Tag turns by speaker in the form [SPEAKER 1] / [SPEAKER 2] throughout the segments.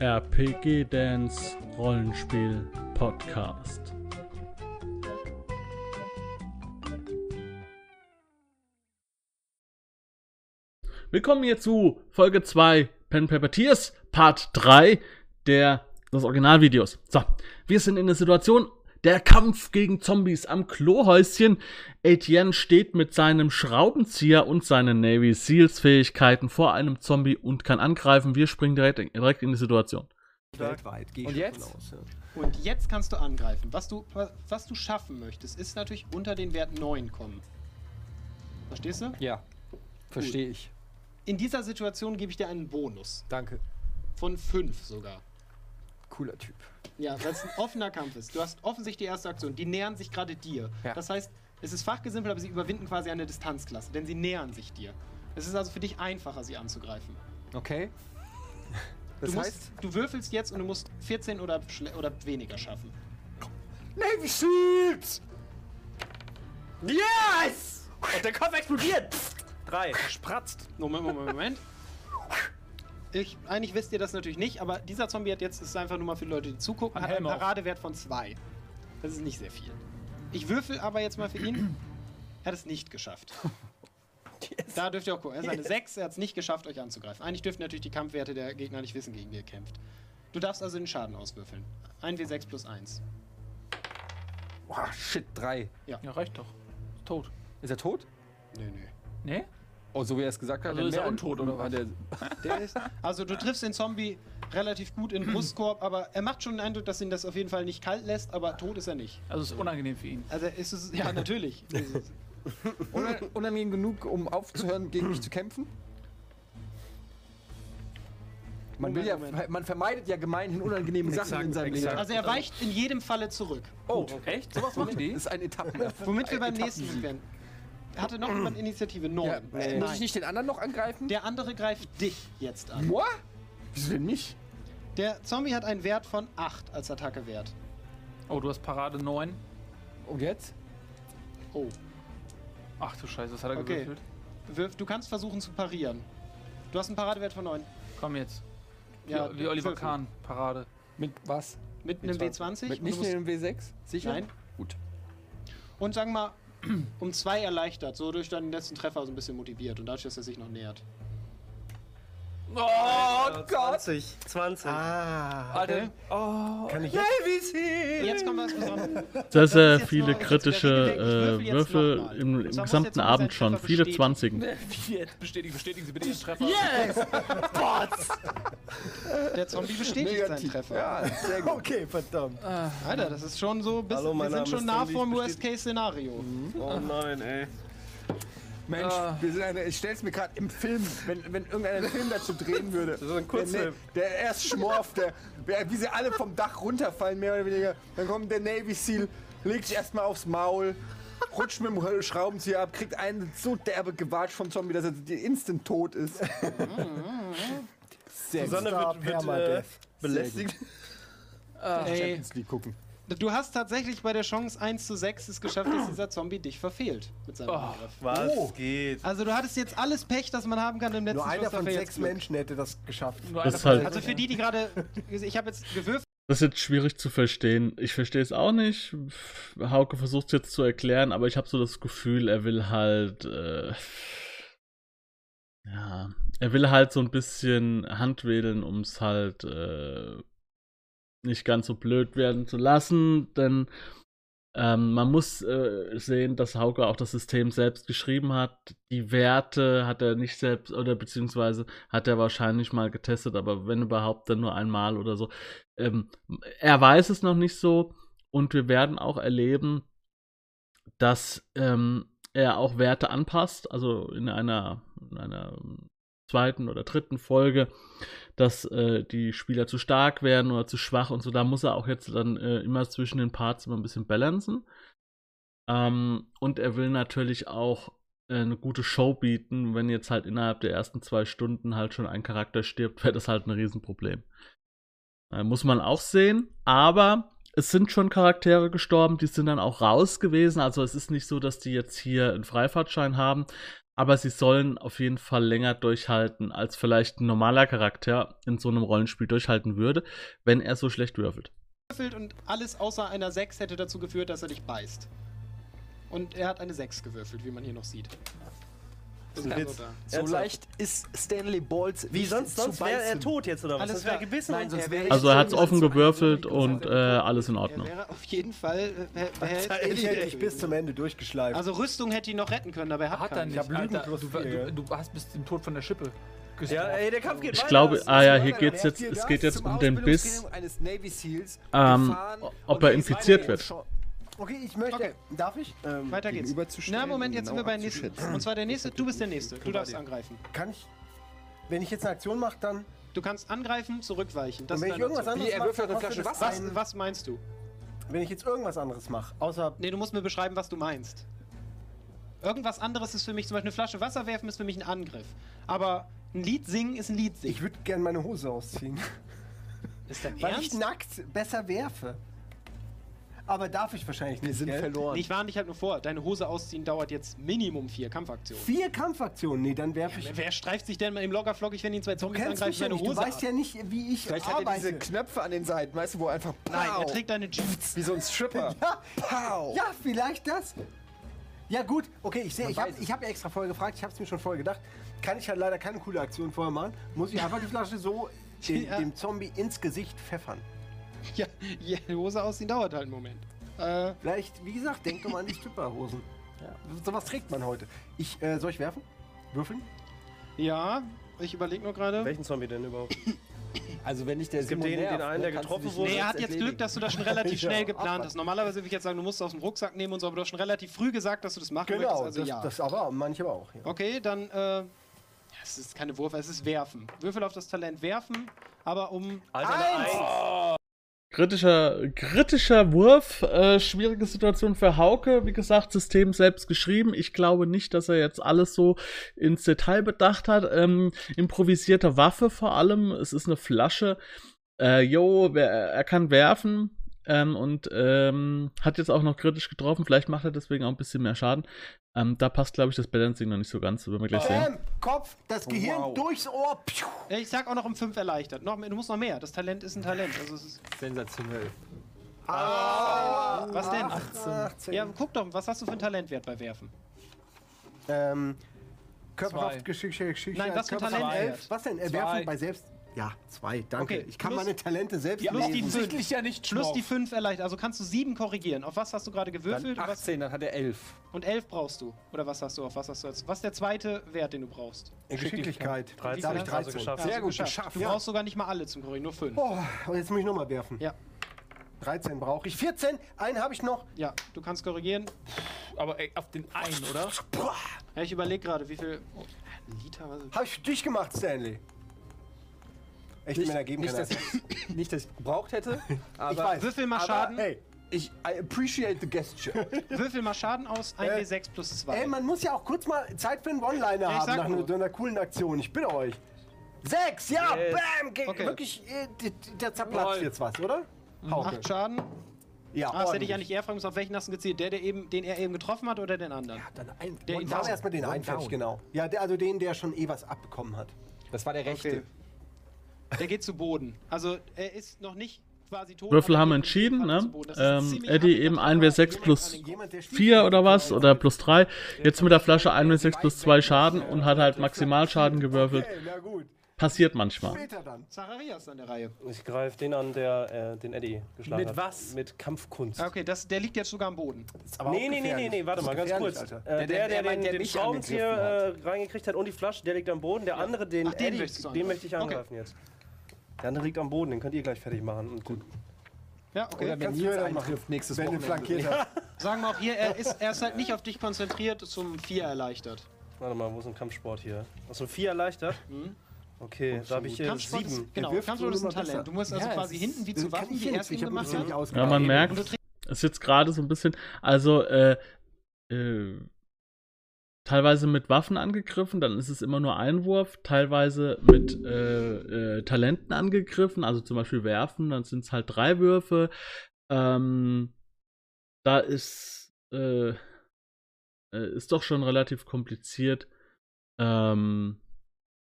[SPEAKER 1] RPG Dance Rollenspiel Podcast. Willkommen hier zu Folge 2 Pen Paper Tears Part 3 der, des Originalvideos. So, wir sind in der Situation, der Kampf gegen Zombies am Klohäuschen. Etienne steht mit seinem Schraubenzieher und seinen Navy Seals Fähigkeiten vor einem Zombie und kann angreifen. Wir springen direkt, direkt in die Situation.
[SPEAKER 2] Weltweit gehe ich
[SPEAKER 3] Und
[SPEAKER 2] schon
[SPEAKER 3] jetzt?
[SPEAKER 2] von aus. Ja.
[SPEAKER 4] Und jetzt kannst du angreifen. Was du, was du schaffen möchtest, ist natürlich unter den Wert 9 kommen. Verstehst du?
[SPEAKER 3] Ja, verstehe ich.
[SPEAKER 4] In dieser Situation gebe ich dir einen Bonus.
[SPEAKER 3] Danke.
[SPEAKER 4] Von 5 sogar.
[SPEAKER 3] Cooler Typ.
[SPEAKER 4] Ja, weil es ein offener Kampf ist. Du hast offensichtlich die erste Aktion. Die nähern sich gerade dir.
[SPEAKER 3] Ja.
[SPEAKER 4] Das heißt, es ist fachgesimpelt, aber sie überwinden quasi eine Distanzklasse, denn sie nähern sich dir. Es ist also für dich einfacher, sie anzugreifen.
[SPEAKER 3] Okay. Das
[SPEAKER 4] du,
[SPEAKER 3] heißt,
[SPEAKER 4] musst, du würfelst jetzt und du musst 14 oder, schle- oder weniger schaffen.
[SPEAKER 3] Navy Shields!
[SPEAKER 2] Yes! Und der Kopf explodiert! Pfft. Drei. Spratzt.
[SPEAKER 4] Moment, Moment, Moment. Ich, eigentlich wisst ihr das natürlich nicht, aber dieser Zombie hat jetzt, das ist einfach nur mal für die Leute, die zugucken,
[SPEAKER 3] Ein
[SPEAKER 4] hat einen
[SPEAKER 3] Helm auf.
[SPEAKER 4] Paradewert von 2. Das ist nicht sehr viel. Ich würfel aber jetzt mal für ihn. Er hat es nicht geschafft. Da dürft ihr auch gucken. Er ist eine 6, er hat es nicht geschafft, euch anzugreifen. Eigentlich dürften natürlich die Kampfwerte der Gegner nicht wissen, gegen die ihr kämpft. Du darfst also den Schaden auswürfeln. 1w6 plus 1.
[SPEAKER 3] Boah, shit, drei.
[SPEAKER 5] Ja, reicht doch. Ist tot.
[SPEAKER 3] Ist er tot?
[SPEAKER 4] Nö, nö.
[SPEAKER 5] Nee?
[SPEAKER 3] Oh, so wie er es gesagt hat.
[SPEAKER 5] Also
[SPEAKER 3] hat
[SPEAKER 5] ist er
[SPEAKER 3] mehr-
[SPEAKER 5] untot, oder was?
[SPEAKER 3] Der,
[SPEAKER 4] Der ist, also du triffst den Zombie relativ gut in den Brustkorb, aber er macht schon den Eindruck, dass ihn das auf jeden Fall nicht kalt lässt, aber tot ist er nicht.
[SPEAKER 5] Also ist unangenehm für ihn.
[SPEAKER 4] Also ist es, ja natürlich. Ist es-
[SPEAKER 3] Unan- unangenehm genug, um aufzuhören, gegen mich zu kämpfen? Man, will ja,
[SPEAKER 4] Moment, Moment.
[SPEAKER 3] man vermeidet ja gemeinhin unangenehme Sachen in seinem Leben.
[SPEAKER 5] exakt.
[SPEAKER 4] Also er weicht in jedem Falle zurück.
[SPEAKER 3] Oh,
[SPEAKER 5] Echt? Sowas machen
[SPEAKER 3] das
[SPEAKER 5] die?
[SPEAKER 3] ist ein Etappen.
[SPEAKER 4] Womit wir
[SPEAKER 3] Ein
[SPEAKER 4] beim nächsten
[SPEAKER 3] Etappensieg.
[SPEAKER 4] Punkt werden. Hatte noch jemand Initiative? Neun.
[SPEAKER 3] Ja, äh, muss
[SPEAKER 4] äh,
[SPEAKER 3] ich
[SPEAKER 4] nein.
[SPEAKER 3] nicht den anderen noch angreifen?
[SPEAKER 4] Der andere greift dich jetzt an.
[SPEAKER 3] Moi? Wieso denn mich?
[SPEAKER 4] Der Zombie hat einen Wert von 8 als Attackewert.
[SPEAKER 5] Oh, du hast Parade 9.
[SPEAKER 3] Und jetzt?
[SPEAKER 4] Oh.
[SPEAKER 5] Ach du Scheiße, das hat er
[SPEAKER 4] Okay.
[SPEAKER 5] gewürfelt.
[SPEAKER 4] Wirf, du kannst versuchen zu parieren. Du hast einen Paradewert von 9.
[SPEAKER 5] Komm jetzt. Ja, wie Oliver
[SPEAKER 4] würfel.
[SPEAKER 5] Kahn, Parade.
[SPEAKER 3] Mit was?
[SPEAKER 4] Mit einem W20.
[SPEAKER 3] Mit
[SPEAKER 4] und du
[SPEAKER 3] nicht
[SPEAKER 4] musst-
[SPEAKER 3] in einem W6? Sicher?
[SPEAKER 4] Nein.
[SPEAKER 3] Gut.
[SPEAKER 4] Und sagen wir mal, um zwei erleichtert, so durch deinen letzten Treffer so ein bisschen motiviert und dadurch, dass er sich noch nähert.
[SPEAKER 3] Oh Gott!
[SPEAKER 2] 20. 20.
[SPEAKER 6] Ah.
[SPEAKER 4] Ah.
[SPEAKER 5] Alter,
[SPEAKER 2] Kann ich jetzt?
[SPEAKER 4] Jetzt kommen wir was Besonderes.
[SPEAKER 1] Sehr, sehr
[SPEAKER 4] ist jetzt
[SPEAKER 1] viele
[SPEAKER 4] nur-
[SPEAKER 1] kritische
[SPEAKER 4] Ich würfel
[SPEAKER 1] äh,
[SPEAKER 4] jetzt
[SPEAKER 1] Würfel
[SPEAKER 4] nochmal.
[SPEAKER 1] im, im
[SPEAKER 4] Und zwar muss jetzt
[SPEAKER 1] gesamten
[SPEAKER 4] noch
[SPEAKER 1] Abend
[SPEAKER 4] sein
[SPEAKER 1] schon,
[SPEAKER 4] Treffer
[SPEAKER 1] viele
[SPEAKER 4] bestätigen.
[SPEAKER 1] 20.
[SPEAKER 5] bestätigen, bestätigen Sie bitte den Treffer. Also
[SPEAKER 4] Der Zombie bestätigt seinen Treffer.
[SPEAKER 3] Ja, sehr gut.
[SPEAKER 2] Okay, verdammt.
[SPEAKER 4] Alter, das ist schon so, bis,
[SPEAKER 2] Hallo, mein
[SPEAKER 4] wir
[SPEAKER 2] Name
[SPEAKER 4] sind schon
[SPEAKER 2] ist
[SPEAKER 4] nah
[SPEAKER 2] Andy, ich
[SPEAKER 4] vorm
[SPEAKER 2] bestätige-
[SPEAKER 4] Worst-Case-Szenario.
[SPEAKER 2] Oh nein, ey.
[SPEAKER 3] Mensch,
[SPEAKER 5] Ah.
[SPEAKER 3] wir sind eine, ich stell's mir gerade im Film, wenn, wenn irgendeiner einen Film dazu drehen würde.
[SPEAKER 2] ist ein Kurzfilm.
[SPEAKER 3] Der, der erst schmorft, der, der, wie sie alle vom Dach runterfallen, mehr oder weniger. Dann kommt der Navy Seal, legt sich erstmal aufs Maul, rutscht mit dem Schraubenzieher ab, kriegt einen so derbe Gewatsch vom Zombie, dass er die instant tot ist. Sehr
[SPEAKER 2] Susanne
[SPEAKER 3] gut.
[SPEAKER 2] wird, wird äh, belästigt.
[SPEAKER 4] Ey,
[SPEAKER 3] Champions League gucken.
[SPEAKER 4] du hast tatsächlich bei der Chance 1 zu 6 es geschafft, dass dieser Zombie dich verfehlt mit seinem
[SPEAKER 5] Oh.
[SPEAKER 4] Angriff.
[SPEAKER 2] Was
[SPEAKER 3] Oh.
[SPEAKER 2] geht?
[SPEAKER 4] Also du hattest jetzt alles Pech, das man haben kann im letzten
[SPEAKER 7] Nur einer
[SPEAKER 4] Schuss,
[SPEAKER 7] von
[SPEAKER 4] aber jetzt
[SPEAKER 7] sechs
[SPEAKER 4] Glück.
[SPEAKER 7] Menschen hätte das geschafft.
[SPEAKER 5] Nur
[SPEAKER 1] Das
[SPEAKER 5] einer
[SPEAKER 1] ist
[SPEAKER 5] von
[SPEAKER 1] halt-
[SPEAKER 5] sechs.
[SPEAKER 4] Also für die, die gerade... Ich habe jetzt gewürfelt,
[SPEAKER 1] Das ist jetzt schwierig zu verstehen. Ich verstehe es auch nicht. Hauke versucht es jetzt zu erklären, aber ich habe so das Gefühl, er will halt. Äh, ja. Er will halt so ein bisschen handwedeln, um es halt äh, nicht ganz so blöd werden zu lassen, denn. Ähm, man muss äh, sehen, dass Hauke auch das System selbst geschrieben hat. Die Werte hat er nicht selbst, oder beziehungsweise hat er wahrscheinlich mal getestet, aber wenn überhaupt, dann nur einmal oder so ähm, er weiß es noch nicht so und wir werden auch erleben, dass ähm, er auch Werte anpasst, also in einer, in einer ähm, zweiten oder dritten Folge, dass äh, die Spieler zu stark werden oder zu schwach und so. Da muss er auch jetzt dann äh, immer zwischen den Parts immer ein bisschen balancen. Ähm, und er will natürlich auch äh, eine gute Show bieten. Wenn jetzt halt innerhalb der ersten zwei Stunden halt schon ein Charakter stirbt, wäre das halt ein Riesenproblem. Äh, Muss man auch sehen. Aber es sind schon Charaktere gestorben, die sind dann auch raus gewesen. Also es ist nicht so, dass die jetzt hier einen Freifahrtschein haben. Aber sie sollen auf jeden Fall länger durchhalten, als vielleicht ein normaler Charakter in so einem Rollenspiel durchhalten würde, wenn er so schlecht würfelt.
[SPEAKER 4] gewürfelt und alles außer einer 6 hätte dazu geführt, dass er dich beißt. Und er hat eine 6 gewürfelt, wie man hier noch sieht.
[SPEAKER 8] Das
[SPEAKER 4] Also,
[SPEAKER 8] ist ein Witz.
[SPEAKER 3] So
[SPEAKER 8] Ernsthaft?
[SPEAKER 3] leicht ist Stanley Balls.
[SPEAKER 8] Wie
[SPEAKER 3] nicht
[SPEAKER 8] sonst,
[SPEAKER 3] zu
[SPEAKER 8] sonst wäre er
[SPEAKER 3] beißen.
[SPEAKER 8] tot jetzt oder was?
[SPEAKER 4] Alles
[SPEAKER 8] das wäre
[SPEAKER 4] klar.
[SPEAKER 8] gebissen
[SPEAKER 3] Nein,
[SPEAKER 8] und
[SPEAKER 3] sonst
[SPEAKER 8] er
[SPEAKER 3] wäre
[SPEAKER 8] wäre
[SPEAKER 3] ich
[SPEAKER 1] Also er hat es
[SPEAKER 3] so
[SPEAKER 1] offen
[SPEAKER 3] ganz
[SPEAKER 1] gewürfelt
[SPEAKER 3] einfach.
[SPEAKER 1] und äh, alles in
[SPEAKER 4] Er
[SPEAKER 1] Ordnung.
[SPEAKER 4] wäre auf jeden Fall. Äh, wer- wer-
[SPEAKER 3] Ich hätte mich bis zum Ende durchgeschleift.
[SPEAKER 4] also Rüstung hätte ihn noch retten können, aber er hat,
[SPEAKER 5] Hat er
[SPEAKER 4] keine.
[SPEAKER 5] nicht,
[SPEAKER 6] hab Lügen
[SPEAKER 5] Alter.
[SPEAKER 6] plus
[SPEAKER 5] Du,
[SPEAKER 6] vier.
[SPEAKER 5] du, du hast bis zum Tod von der Schippe
[SPEAKER 8] Ja,
[SPEAKER 5] gestorben.
[SPEAKER 8] ey, der Kampf geht
[SPEAKER 1] Ich
[SPEAKER 8] weiter.
[SPEAKER 1] glaube,
[SPEAKER 8] Das-
[SPEAKER 1] ah ja, hier
[SPEAKER 6] Sondern
[SPEAKER 1] geht's
[SPEAKER 6] er
[SPEAKER 1] jetzt,
[SPEAKER 6] hier
[SPEAKER 1] es
[SPEAKER 6] darf
[SPEAKER 1] geht jetzt
[SPEAKER 6] zum
[SPEAKER 1] um den Biss,
[SPEAKER 6] Ausbildungstraining eines Navy Seals
[SPEAKER 1] ähm,
[SPEAKER 6] gefahren
[SPEAKER 1] ob
[SPEAKER 6] und
[SPEAKER 1] er
[SPEAKER 6] ist
[SPEAKER 1] infiziert
[SPEAKER 6] weiter-
[SPEAKER 1] wird.
[SPEAKER 3] Okay, ich möchte.
[SPEAKER 4] Okay.
[SPEAKER 3] Darf ich? Ähm,
[SPEAKER 4] Weiter geht's.
[SPEAKER 3] gegenüberzustellen
[SPEAKER 4] Na, Moment,
[SPEAKER 3] und
[SPEAKER 4] jetzt sind wir
[SPEAKER 3] genau
[SPEAKER 4] beim nächsten.
[SPEAKER 3] abzuschätzen.
[SPEAKER 4] Und zwar der nächste, du bist der nächste. Du darfst angreifen.
[SPEAKER 3] Kann ich. Wenn ich jetzt eine Aktion mache, dann.
[SPEAKER 4] Du kannst angreifen, zurückweichen. Das
[SPEAKER 3] und wenn
[SPEAKER 4] ist
[SPEAKER 3] ich
[SPEAKER 4] deine
[SPEAKER 3] irgendwas
[SPEAKER 4] Aktion.
[SPEAKER 3] anderes
[SPEAKER 6] er
[SPEAKER 3] mache,
[SPEAKER 6] wirft halt eine
[SPEAKER 3] kostet
[SPEAKER 6] Flasche
[SPEAKER 3] das
[SPEAKER 6] Wasser.
[SPEAKER 3] einen-
[SPEAKER 4] was, was meinst du?
[SPEAKER 3] Wenn ich jetzt irgendwas anderes mache, außer.
[SPEAKER 4] Nee, du musst mir beschreiben, was du meinst. Irgendwas anderes ist für mich, zum Beispiel eine Flasche Wasser werfen ist für mich ein Angriff. Aber ein Lied singen ist ein Lied
[SPEAKER 3] Ich
[SPEAKER 4] singen.
[SPEAKER 3] würde gerne meine Hose ausziehen.
[SPEAKER 4] Ist dein
[SPEAKER 3] Weil ich
[SPEAKER 4] Ernst?
[SPEAKER 3] nackt besser werfe. Aber darf ich wahrscheinlich nicht.
[SPEAKER 6] Wir sind
[SPEAKER 3] gell?
[SPEAKER 6] verloren.
[SPEAKER 4] Nee, ich warne dich halt nur vor, deine Hose ausziehen dauert jetzt Minimum vier Kampfaktionen.
[SPEAKER 3] Vier Kampfaktionen. Nee, dann werfe ich.
[SPEAKER 4] Wer, wer streift sich denn mal im Loggerflockig, wenn ihn zwei
[SPEAKER 3] Du
[SPEAKER 4] Zombies
[SPEAKER 3] kennst mich
[SPEAKER 4] angreifen,
[SPEAKER 3] ja
[SPEAKER 4] seine
[SPEAKER 3] nicht. Du
[SPEAKER 4] Hose
[SPEAKER 3] weißt
[SPEAKER 4] ab?
[SPEAKER 3] ja nicht, wie ich
[SPEAKER 6] Vielleicht hat er
[SPEAKER 3] arbeite.
[SPEAKER 6] diese Knöpfe an den Seiten, weißt du, wo einfach
[SPEAKER 4] Nein,
[SPEAKER 6] pow,
[SPEAKER 3] genau.
[SPEAKER 4] er trägt deine Jeans.
[SPEAKER 6] wie so ein Stripper. Pow.
[SPEAKER 3] Ja, vielleicht das. Ja gut, okay, ich sehe,
[SPEAKER 6] Man
[SPEAKER 3] ich habe
[SPEAKER 6] weiß es.
[SPEAKER 3] ich hab ja extra vorher gefragt, ich habe es mir schon vorher gedacht. Kann ich halt leider keine coole Aktion vorher machen. Muss ich einfach die Flasche so den,
[SPEAKER 4] Ja.
[SPEAKER 3] dem Zombie ins Gesicht pfeffern.
[SPEAKER 4] Ja, ja, die Hose ausziehen dauert halt einen Moment. Äh,
[SPEAKER 3] Vielleicht, wie gesagt, denkt doch mal an die Stripperhosen. Ja, sowas trägt man heute. Ich, äh, soll ich werfen? Würfeln?
[SPEAKER 4] ja, ich überlege nur gerade.
[SPEAKER 8] Welchen Zombie denn überhaupt?
[SPEAKER 6] Also wenn nicht der
[SPEAKER 8] Es gibt den- den einen, der
[SPEAKER 2] ne?
[SPEAKER 8] getroffen wurde.
[SPEAKER 4] Nee, er hat jetzt Glück, dass du das schon relativ
[SPEAKER 3] Ja,
[SPEAKER 4] schnell geplant
[SPEAKER 3] abwarten.
[SPEAKER 4] hast. Normalerweise würde ich jetzt sagen, du musst es aus dem Rucksack nehmen und so, aber du hast schon relativ früh gesagt, dass du das machen möchtest.
[SPEAKER 3] Genau,
[SPEAKER 4] Also
[SPEAKER 3] das,
[SPEAKER 4] ja.
[SPEAKER 3] das aber, manche aber auch. Ja.
[SPEAKER 4] Okay, dann, äh, ja, es ist keine Wurf, es ist Werfen. Würfel auf das Talent Werfen, aber um
[SPEAKER 8] Alter, eine Eins.
[SPEAKER 1] Kritischer, kritischer Wurf, äh, schwierige Situation für Hauke. Wie gesagt, System selbst geschrieben. Ich glaube nicht, dass er jetzt alles so ins Detail bedacht hat. Ähm, improvisierte Waffe vor allem. Es ist eine Flasche. Äh, jo, wer- er kann werfen ähm, und ähm, hat jetzt auch noch kritisch getroffen. Vielleicht macht er deswegen auch ein bisschen mehr Schaden. Ähm, da passt, glaube ich, das Balancing noch nicht so ganz. Werden wir gleich sehen.
[SPEAKER 3] Bam, Kopf, das Gehirn
[SPEAKER 6] Wow.
[SPEAKER 3] durchs Ohr. Piu.
[SPEAKER 4] Ja, Ich sag auch noch um 5 erleichtert. Noch, mehr- du musst noch mehr. Das Talent ist ein Talent. Also es ist, Ah.
[SPEAKER 6] Sensationell.
[SPEAKER 4] was denn?
[SPEAKER 3] 18.
[SPEAKER 4] Ja, guck doch, was hast du für einen Talentwert bei Werfen?
[SPEAKER 3] Ähm,
[SPEAKER 5] Zwei.
[SPEAKER 3] Körperhaft Geschichte, Geschichte.
[SPEAKER 4] Nein, was für
[SPEAKER 3] Körperhaft-
[SPEAKER 4] Talent?
[SPEAKER 3] Elf. Was denn?
[SPEAKER 5] Zwei.
[SPEAKER 3] Erwerfen bei selbst. Ja, zwei, danke.
[SPEAKER 4] Okay,
[SPEAKER 3] ich kann
[SPEAKER 4] plus-
[SPEAKER 3] meine Talente selbst
[SPEAKER 4] plus die
[SPEAKER 3] lesen.
[SPEAKER 4] fünf.
[SPEAKER 5] Offensichtlich ja nicht
[SPEAKER 4] Plus die
[SPEAKER 5] Schmorf.
[SPEAKER 4] 5 erleichtert. Also kannst du 7 korrigieren. Auf was hast du gerade gewürfelt?
[SPEAKER 6] Dann 18, dann hat er 11.
[SPEAKER 4] Und 11 brauchst du. Oder was hast du? Auf was hast du jetzt? Was ist der zweite Wert, den du brauchst?
[SPEAKER 3] Geschicklichkeit. Da
[SPEAKER 8] 13,
[SPEAKER 3] habe ich
[SPEAKER 4] hast du
[SPEAKER 3] 13.
[SPEAKER 8] geschafft.
[SPEAKER 3] Sehr
[SPEAKER 4] Hast du
[SPEAKER 3] gut,
[SPEAKER 4] geschafft.
[SPEAKER 3] geschafft.
[SPEAKER 4] Du
[SPEAKER 3] Ja.
[SPEAKER 4] brauchst sogar nicht mal alle zum Korrigieren, nur 5.
[SPEAKER 3] Boah, aber jetzt muss ich nochmal werfen.
[SPEAKER 4] Ja,
[SPEAKER 3] 13 brauche ich. 14, einen habe ich noch.
[SPEAKER 4] ja, du kannst korrigieren.
[SPEAKER 5] Aber ey, auf den einen, oder?
[SPEAKER 4] Ja, ich überlege gerade, wie viel. Oh, ein Liter? Was
[SPEAKER 3] Habe ich durchgemacht, Stanley. Echt mir da geben
[SPEAKER 6] nicht,
[SPEAKER 3] kann.
[SPEAKER 6] dass
[SPEAKER 3] er.
[SPEAKER 6] ich, nicht, dass ich gebraucht hätte, aber
[SPEAKER 3] weiß.
[SPEAKER 4] Würfel mal
[SPEAKER 6] Aber,
[SPEAKER 4] Schaden.
[SPEAKER 3] Ey,
[SPEAKER 6] ich I appreciate the gesture.
[SPEAKER 4] Würfel mal Schaden aus. 1d6 plus 2.
[SPEAKER 3] ey, man muss ja auch kurz mal Zeit für einen One-Liner
[SPEAKER 4] ich
[SPEAKER 3] haben
[SPEAKER 4] sag
[SPEAKER 3] nach
[SPEAKER 4] nur.
[SPEAKER 3] einer, so einer coolen Aktion. Ich bitte euch. Sechs, ja,
[SPEAKER 8] Yes.
[SPEAKER 3] bam, ge-
[SPEAKER 4] Okay. Mhm.
[SPEAKER 3] wirklich, äh, d- d- der zerplatzt
[SPEAKER 5] Jawohl.
[SPEAKER 3] jetzt was, oder? Hauke.
[SPEAKER 4] 8 Schaden.
[SPEAKER 3] Ja,
[SPEAKER 4] Ah, das hätte ich ja
[SPEAKER 3] ordentlich.
[SPEAKER 4] nicht eher fragen müssen, auf welchen hast du gezielt? Der, der eben, den er eben getroffen hat oder den anderen?
[SPEAKER 6] Dann ein,
[SPEAKER 4] Der ihn
[SPEAKER 3] Machen
[SPEAKER 4] down.
[SPEAKER 3] wir erstmal den einen fertig, genau. Ja, der, also den, der schon eh was abbekommen hat.
[SPEAKER 6] das war der rechte.
[SPEAKER 4] Okay. Der geht zu Boden. Also er ist noch nicht quasi tot.
[SPEAKER 1] Würfel
[SPEAKER 4] aber
[SPEAKER 1] haben
[SPEAKER 4] geht
[SPEAKER 1] entschieden, ne?
[SPEAKER 4] auf jeden Fall zu Boden. Das ist
[SPEAKER 1] Ähm,
[SPEAKER 4] ziemlich
[SPEAKER 1] Eddie
[SPEAKER 4] hart.
[SPEAKER 1] eben 1W6 plus
[SPEAKER 3] Jemand, der
[SPEAKER 1] 4 oder was oder plus 3. Jetzt mit der Flasche 1W6 plus 2 Schaden und hat halt Maximalschaden gewürfelt.
[SPEAKER 3] Okay, na gut.
[SPEAKER 1] Passiert manchmal.
[SPEAKER 3] Später dann.
[SPEAKER 4] Zacharias an der Reihe.
[SPEAKER 2] Ich greife den an, der äh, den Eddie geschlagen
[SPEAKER 6] Mit
[SPEAKER 2] hat.
[SPEAKER 6] was?
[SPEAKER 2] Mit Kampfkunst.
[SPEAKER 4] Ah, Okay, das, der liegt jetzt sogar am Boden.
[SPEAKER 3] Ist aber
[SPEAKER 2] Nee,
[SPEAKER 3] auch
[SPEAKER 2] nee, nee, nee,
[SPEAKER 3] gefährlich.
[SPEAKER 2] nee, warte
[SPEAKER 3] Ist
[SPEAKER 2] mal, ganz
[SPEAKER 3] gefährlich,
[SPEAKER 2] kurz.
[SPEAKER 3] Alter.
[SPEAKER 2] Äh,
[SPEAKER 6] der-
[SPEAKER 2] der, der,
[SPEAKER 6] der
[SPEAKER 2] den,
[SPEAKER 6] meint, der
[SPEAKER 2] den
[SPEAKER 6] mich
[SPEAKER 2] Schraubenzieher
[SPEAKER 6] angegriffen
[SPEAKER 2] äh, reingekriegt hat und die Flasche, der liegt am Boden. Der andere, den
[SPEAKER 4] Ach, den
[SPEAKER 2] Eddie,
[SPEAKER 4] möchtest
[SPEAKER 2] den
[SPEAKER 4] du angreifen.
[SPEAKER 2] möchte ich
[SPEAKER 4] Okay.
[SPEAKER 2] angreifen jetzt. Der andere liegt am Boden, den könnt ihr gleich fertig machen. Und gut.
[SPEAKER 4] Ja, okay.
[SPEAKER 2] äh,
[SPEAKER 6] Oder wenn
[SPEAKER 3] Kannst du
[SPEAKER 6] ihr
[SPEAKER 3] jetzt
[SPEAKER 6] dann
[SPEAKER 3] eintrifft,
[SPEAKER 6] macht, nächstes
[SPEAKER 3] Wenn du
[SPEAKER 6] Wochenende.
[SPEAKER 3] flankiert hast.
[SPEAKER 4] Sagen wir auch hier, er ist, er ist halt nicht auf dich konzentriert, zum 4 erleichtert.
[SPEAKER 2] Warte mal, wo ist ein Kampfsport hier? Achso, vier erleichtert? Okay, da habe ich hier
[SPEAKER 4] Kampfsport
[SPEAKER 2] sieben.
[SPEAKER 4] ist, genau,
[SPEAKER 3] wirft
[SPEAKER 4] Kampfsport ist ein
[SPEAKER 3] immer
[SPEAKER 4] Talent.
[SPEAKER 3] besser.
[SPEAKER 4] Du musst also
[SPEAKER 6] Ja,
[SPEAKER 4] quasi
[SPEAKER 6] es
[SPEAKER 4] hinten wie
[SPEAKER 3] Das
[SPEAKER 4] zu
[SPEAKER 3] kann
[SPEAKER 4] Waffen,
[SPEAKER 3] ich
[SPEAKER 4] die
[SPEAKER 3] ja
[SPEAKER 4] er
[SPEAKER 3] nicht,
[SPEAKER 4] eben
[SPEAKER 3] ich hab ein
[SPEAKER 4] gemacht
[SPEAKER 3] bisschen
[SPEAKER 4] hat.
[SPEAKER 3] nicht
[SPEAKER 1] Ja, man
[SPEAKER 3] ausgearbeitet.
[SPEAKER 4] Und du
[SPEAKER 1] merkt, es ist jetzt gerade so ein bisschen. Also, äh, äh, teilweise mit Waffen angegriffen, dann ist es immer nur Einwurf, teilweise mit äh, äh, Talenten angegriffen, also zum Beispiel werfen, dann sind es halt drei Würfe. Ähm, da ist, äh, äh, ist doch schon relativ kompliziert. Ähm,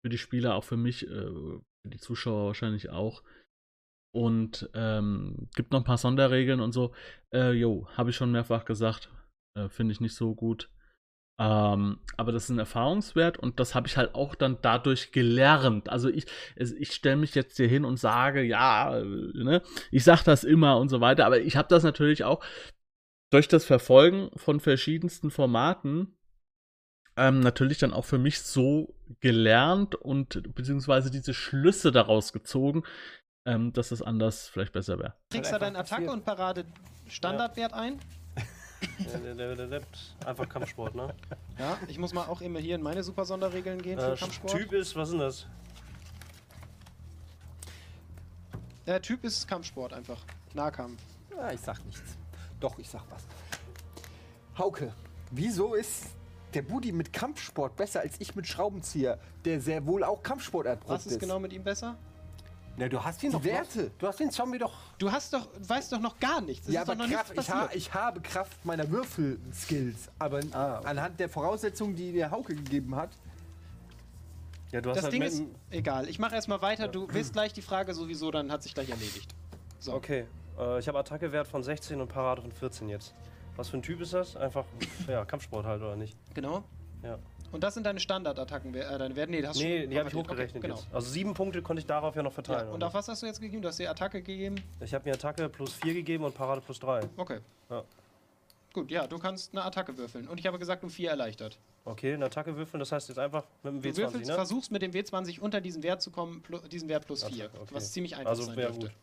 [SPEAKER 1] für die Spieler, auch für mich, äh, für die Zuschauer wahrscheinlich auch. Und ähm, gibt noch ein paar Sonderregeln und so. Äh, jo, habe ich schon mehrfach gesagt. Äh, Finde ich nicht so gut. Ähm, aber das ist ein Erfahrungswert und das habe ich halt auch dann dadurch gelernt. Also ich, es- ich stelle mich jetzt hier hin und sage, ja, äh, ne, ich sage das immer und so weiter, aber ich habe das natürlich auch durch das Verfolgen von verschiedensten Formaten ähm, natürlich dann auch für mich so gelernt und beziehungsweise diese Schlüsse daraus gezogen, ähm, dass es anders vielleicht besser wäre.
[SPEAKER 4] Kriegst du
[SPEAKER 2] Hat einfach
[SPEAKER 4] deinen Attacke-
[SPEAKER 2] passiert.
[SPEAKER 4] und Parade-Standardwert ein?
[SPEAKER 2] Äh, Einfach Kampfsport, ne?
[SPEAKER 4] Ja, ich muss mal auch immer hier in meine super Sonderregeln gehen für
[SPEAKER 2] Äh,
[SPEAKER 4] Kampfsport.
[SPEAKER 2] typ ist, was ist denn das?
[SPEAKER 4] Äh, typ ist Kampfsport einfach. Nahkampf.
[SPEAKER 6] Ah, ich sag nichts. Doch, ich sag was. Hauke, wieso ist der Budi mit Kampfsport besser als ich mit Schraubenzieher, der sehr wohl auch Kampfsport erprobt
[SPEAKER 4] Was ist genau mit ihm besser?
[SPEAKER 3] Na, du hast ihn
[SPEAKER 6] Die
[SPEAKER 3] doch.
[SPEAKER 6] Werte.
[SPEAKER 3] Du hast den Zombie doch.
[SPEAKER 4] Du hast doch, weißt doch noch gar nichts. Es
[SPEAKER 6] Ja,
[SPEAKER 4] ist doch
[SPEAKER 6] aber
[SPEAKER 4] noch
[SPEAKER 6] Kraft,
[SPEAKER 4] nichts
[SPEAKER 6] ich, ha
[SPEAKER 4] passiert.
[SPEAKER 6] ich habe Kraft meiner Würfel-Skills, aber
[SPEAKER 3] Ah, okay.
[SPEAKER 6] anhand der Voraussetzungen, die der Hauke gegeben hat,
[SPEAKER 2] Ja, du hast
[SPEAKER 4] das
[SPEAKER 2] halt
[SPEAKER 4] Ding
[SPEAKER 2] mit-
[SPEAKER 4] ist, egal. Ich mache erstmal weiter. Du wirst gleich die Frage sowieso, dann hat sich gleich erledigt. So.
[SPEAKER 2] Okay, äh, ich habe Attackewert von 16 und Parade von 14 jetzt. Was für ein Typ ist das? Einfach, ja, Kampfsport halt, oder nicht?
[SPEAKER 4] Genau.
[SPEAKER 2] Ja.
[SPEAKER 4] Und das sind deine Standardattacken, äh, deine Werte. Nee, das hast du
[SPEAKER 2] Nee,
[SPEAKER 4] schon
[SPEAKER 2] die habe ich
[SPEAKER 4] okay,
[SPEAKER 2] hochgerechnet
[SPEAKER 4] genau.
[SPEAKER 2] jetzt. Also sieben Punkte konnte ich darauf ja noch verteilen.
[SPEAKER 4] Ja, und auf was hast du jetzt gegeben? Du hast dir Attacke gegeben.
[SPEAKER 2] ich habe mir Attacke plus 4 gegeben und Parade plus 3.
[SPEAKER 4] Okay.
[SPEAKER 2] Ja.
[SPEAKER 4] Gut, ja, du kannst eine Attacke würfeln. Und ich habe gesagt, um vier erleichtert.
[SPEAKER 2] Okay, eine Attacke würfeln, das heißt jetzt einfach mit dem
[SPEAKER 4] Du
[SPEAKER 2] W20,
[SPEAKER 4] würfelst,
[SPEAKER 2] ne?
[SPEAKER 4] versuchst mit dem W20 unter diesen Wert zu kommen, plu- diesen Wert plus vier.
[SPEAKER 2] Attacke, okay.
[SPEAKER 4] Was ziemlich einfach
[SPEAKER 2] Also
[SPEAKER 4] sein
[SPEAKER 2] wär
[SPEAKER 4] dürfte.
[SPEAKER 2] gut.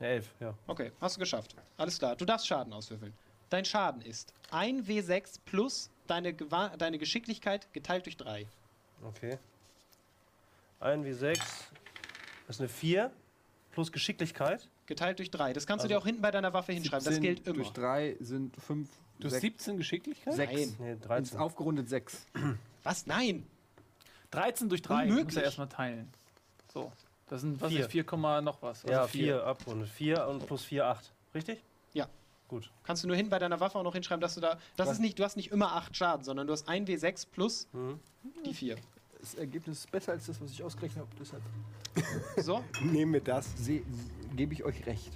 [SPEAKER 2] Eine 11, ja.
[SPEAKER 4] Okay, hast du geschafft. Alles klar, du darfst Schaden auswürfeln. Dein Schaden ist 1 W6 plus deine, Gewa deine Geschicklichkeit geteilt durch 3.
[SPEAKER 2] Okay. Ein wie 6 ist eine 4 plus Geschicklichkeit.
[SPEAKER 4] Geteilt durch 3. Das kannst du
[SPEAKER 2] Also
[SPEAKER 4] dir auch hinten bei deiner Waffe hinschreiben. Das
[SPEAKER 6] 17
[SPEAKER 4] gilt immer.
[SPEAKER 6] durch 3 sind 5,
[SPEAKER 5] Du hast 17 Geschicklichkeit?
[SPEAKER 6] 6.
[SPEAKER 4] Nein.
[SPEAKER 2] Nee,
[SPEAKER 6] Ins
[SPEAKER 2] 13.
[SPEAKER 6] aufgerundet 6.
[SPEAKER 4] Was? Nein!
[SPEAKER 5] 13 durch 3.
[SPEAKER 4] Unmöglich.
[SPEAKER 5] Muss er erstmal teilen. So. Das sind, was
[SPEAKER 2] Vier.
[SPEAKER 5] ist 4, Komma noch was?
[SPEAKER 2] ja,
[SPEAKER 5] Also
[SPEAKER 2] 4 abrundet. 4 und plus 4, 8. Richtig?
[SPEAKER 4] Ja.
[SPEAKER 2] Gut.
[SPEAKER 4] Kannst du nur hinten bei deiner Waffe auch noch hinschreiben, dass du da. Das ist nicht, du hast nicht immer 8 Schaden, sondern du hast 1 W6 plus
[SPEAKER 6] Mhm.
[SPEAKER 4] die 4.
[SPEAKER 6] Das Ergebnis ist besser als das, was ich ausgerechnet habe. Deshalb
[SPEAKER 4] So.
[SPEAKER 3] Nehmen wir das.
[SPEAKER 6] se- gebe ich euch recht.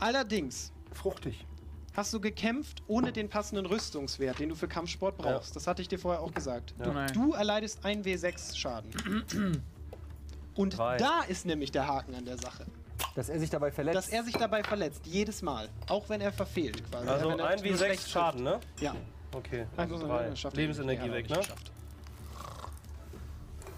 [SPEAKER 4] Allerdings
[SPEAKER 3] Fruchtig.
[SPEAKER 4] hast du gekämpft ohne den passenden Rüstungswert, den du für Kampfsport brauchst. Das hatte ich dir vorher auch gesagt.
[SPEAKER 5] Oh nein.
[SPEAKER 4] Du erleidest 1W6 Schaden. Und
[SPEAKER 2] Drei.
[SPEAKER 4] da ist nämlich der Haken an der Sache.
[SPEAKER 6] Dass er sich dabei verletzt.
[SPEAKER 4] Dass er sich dabei verletzt, jedes Mal. Auch wenn er verfehlt quasi.
[SPEAKER 2] Also
[SPEAKER 4] Wenn er
[SPEAKER 2] ein wie
[SPEAKER 4] nur schlecht
[SPEAKER 2] 6 Schaden, ne?
[SPEAKER 4] trifft. Ja. Also,
[SPEAKER 2] Okay.
[SPEAKER 4] Nein, muss man-
[SPEAKER 2] Drei.
[SPEAKER 4] das schafft er nicht.
[SPEAKER 2] Lebensenergie
[SPEAKER 4] Nee, hat er
[SPEAKER 2] weg,
[SPEAKER 4] nicht
[SPEAKER 2] ne?
[SPEAKER 4] geschafft.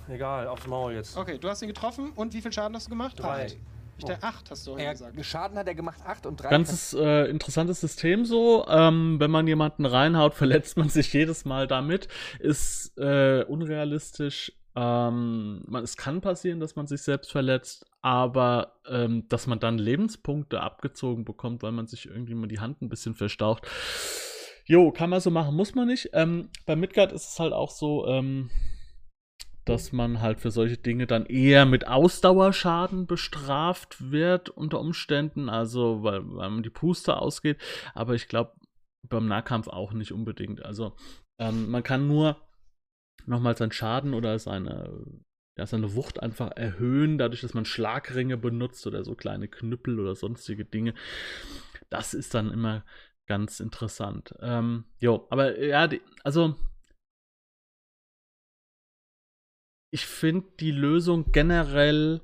[SPEAKER 2] Egal, aufs Maul jetzt.
[SPEAKER 4] Okay, du hast ihn getroffen und wie viel Schaden hast du gemacht?
[SPEAKER 2] Drei. Oh.
[SPEAKER 4] Acht. Ich dachte, acht hast du
[SPEAKER 6] Er-
[SPEAKER 4] vorhin gesagt.
[SPEAKER 6] Schaden Äh, hat er gemacht 8 und 3.
[SPEAKER 1] Ganzes äh, interessantes System so. Ähm, wenn man jemanden reinhaut, verletzt man sich jedes Mal damit. Ist äh, unrealistisch. Ähm, man, es kann passieren, dass man sich selbst verletzt, aber ähm, dass man dann Lebenspunkte abgezogen bekommt, weil man sich irgendwie mal die Hand ein bisschen verstaucht. Jo, kann man so machen, muss man nicht. Ähm, bei Midgard ist es halt auch so, ähm, dass man halt für solche Dinge dann eher mit Ausdauerschaden bestraft wird unter Umständen, also weil, weil man die Puste ausgeht. Aber ich glaube, beim Nahkampf auch nicht unbedingt. Also ähm, man kann nur nochmal seinen Schaden oder seine, ja, seine Wucht einfach erhöhen, dadurch, dass man Schlagringe benutzt oder so kleine Knüppel oder sonstige Dinge. Das ist dann immer ganz interessant. Ähm, jo, aber ja, die, also ich finde die Lösung generell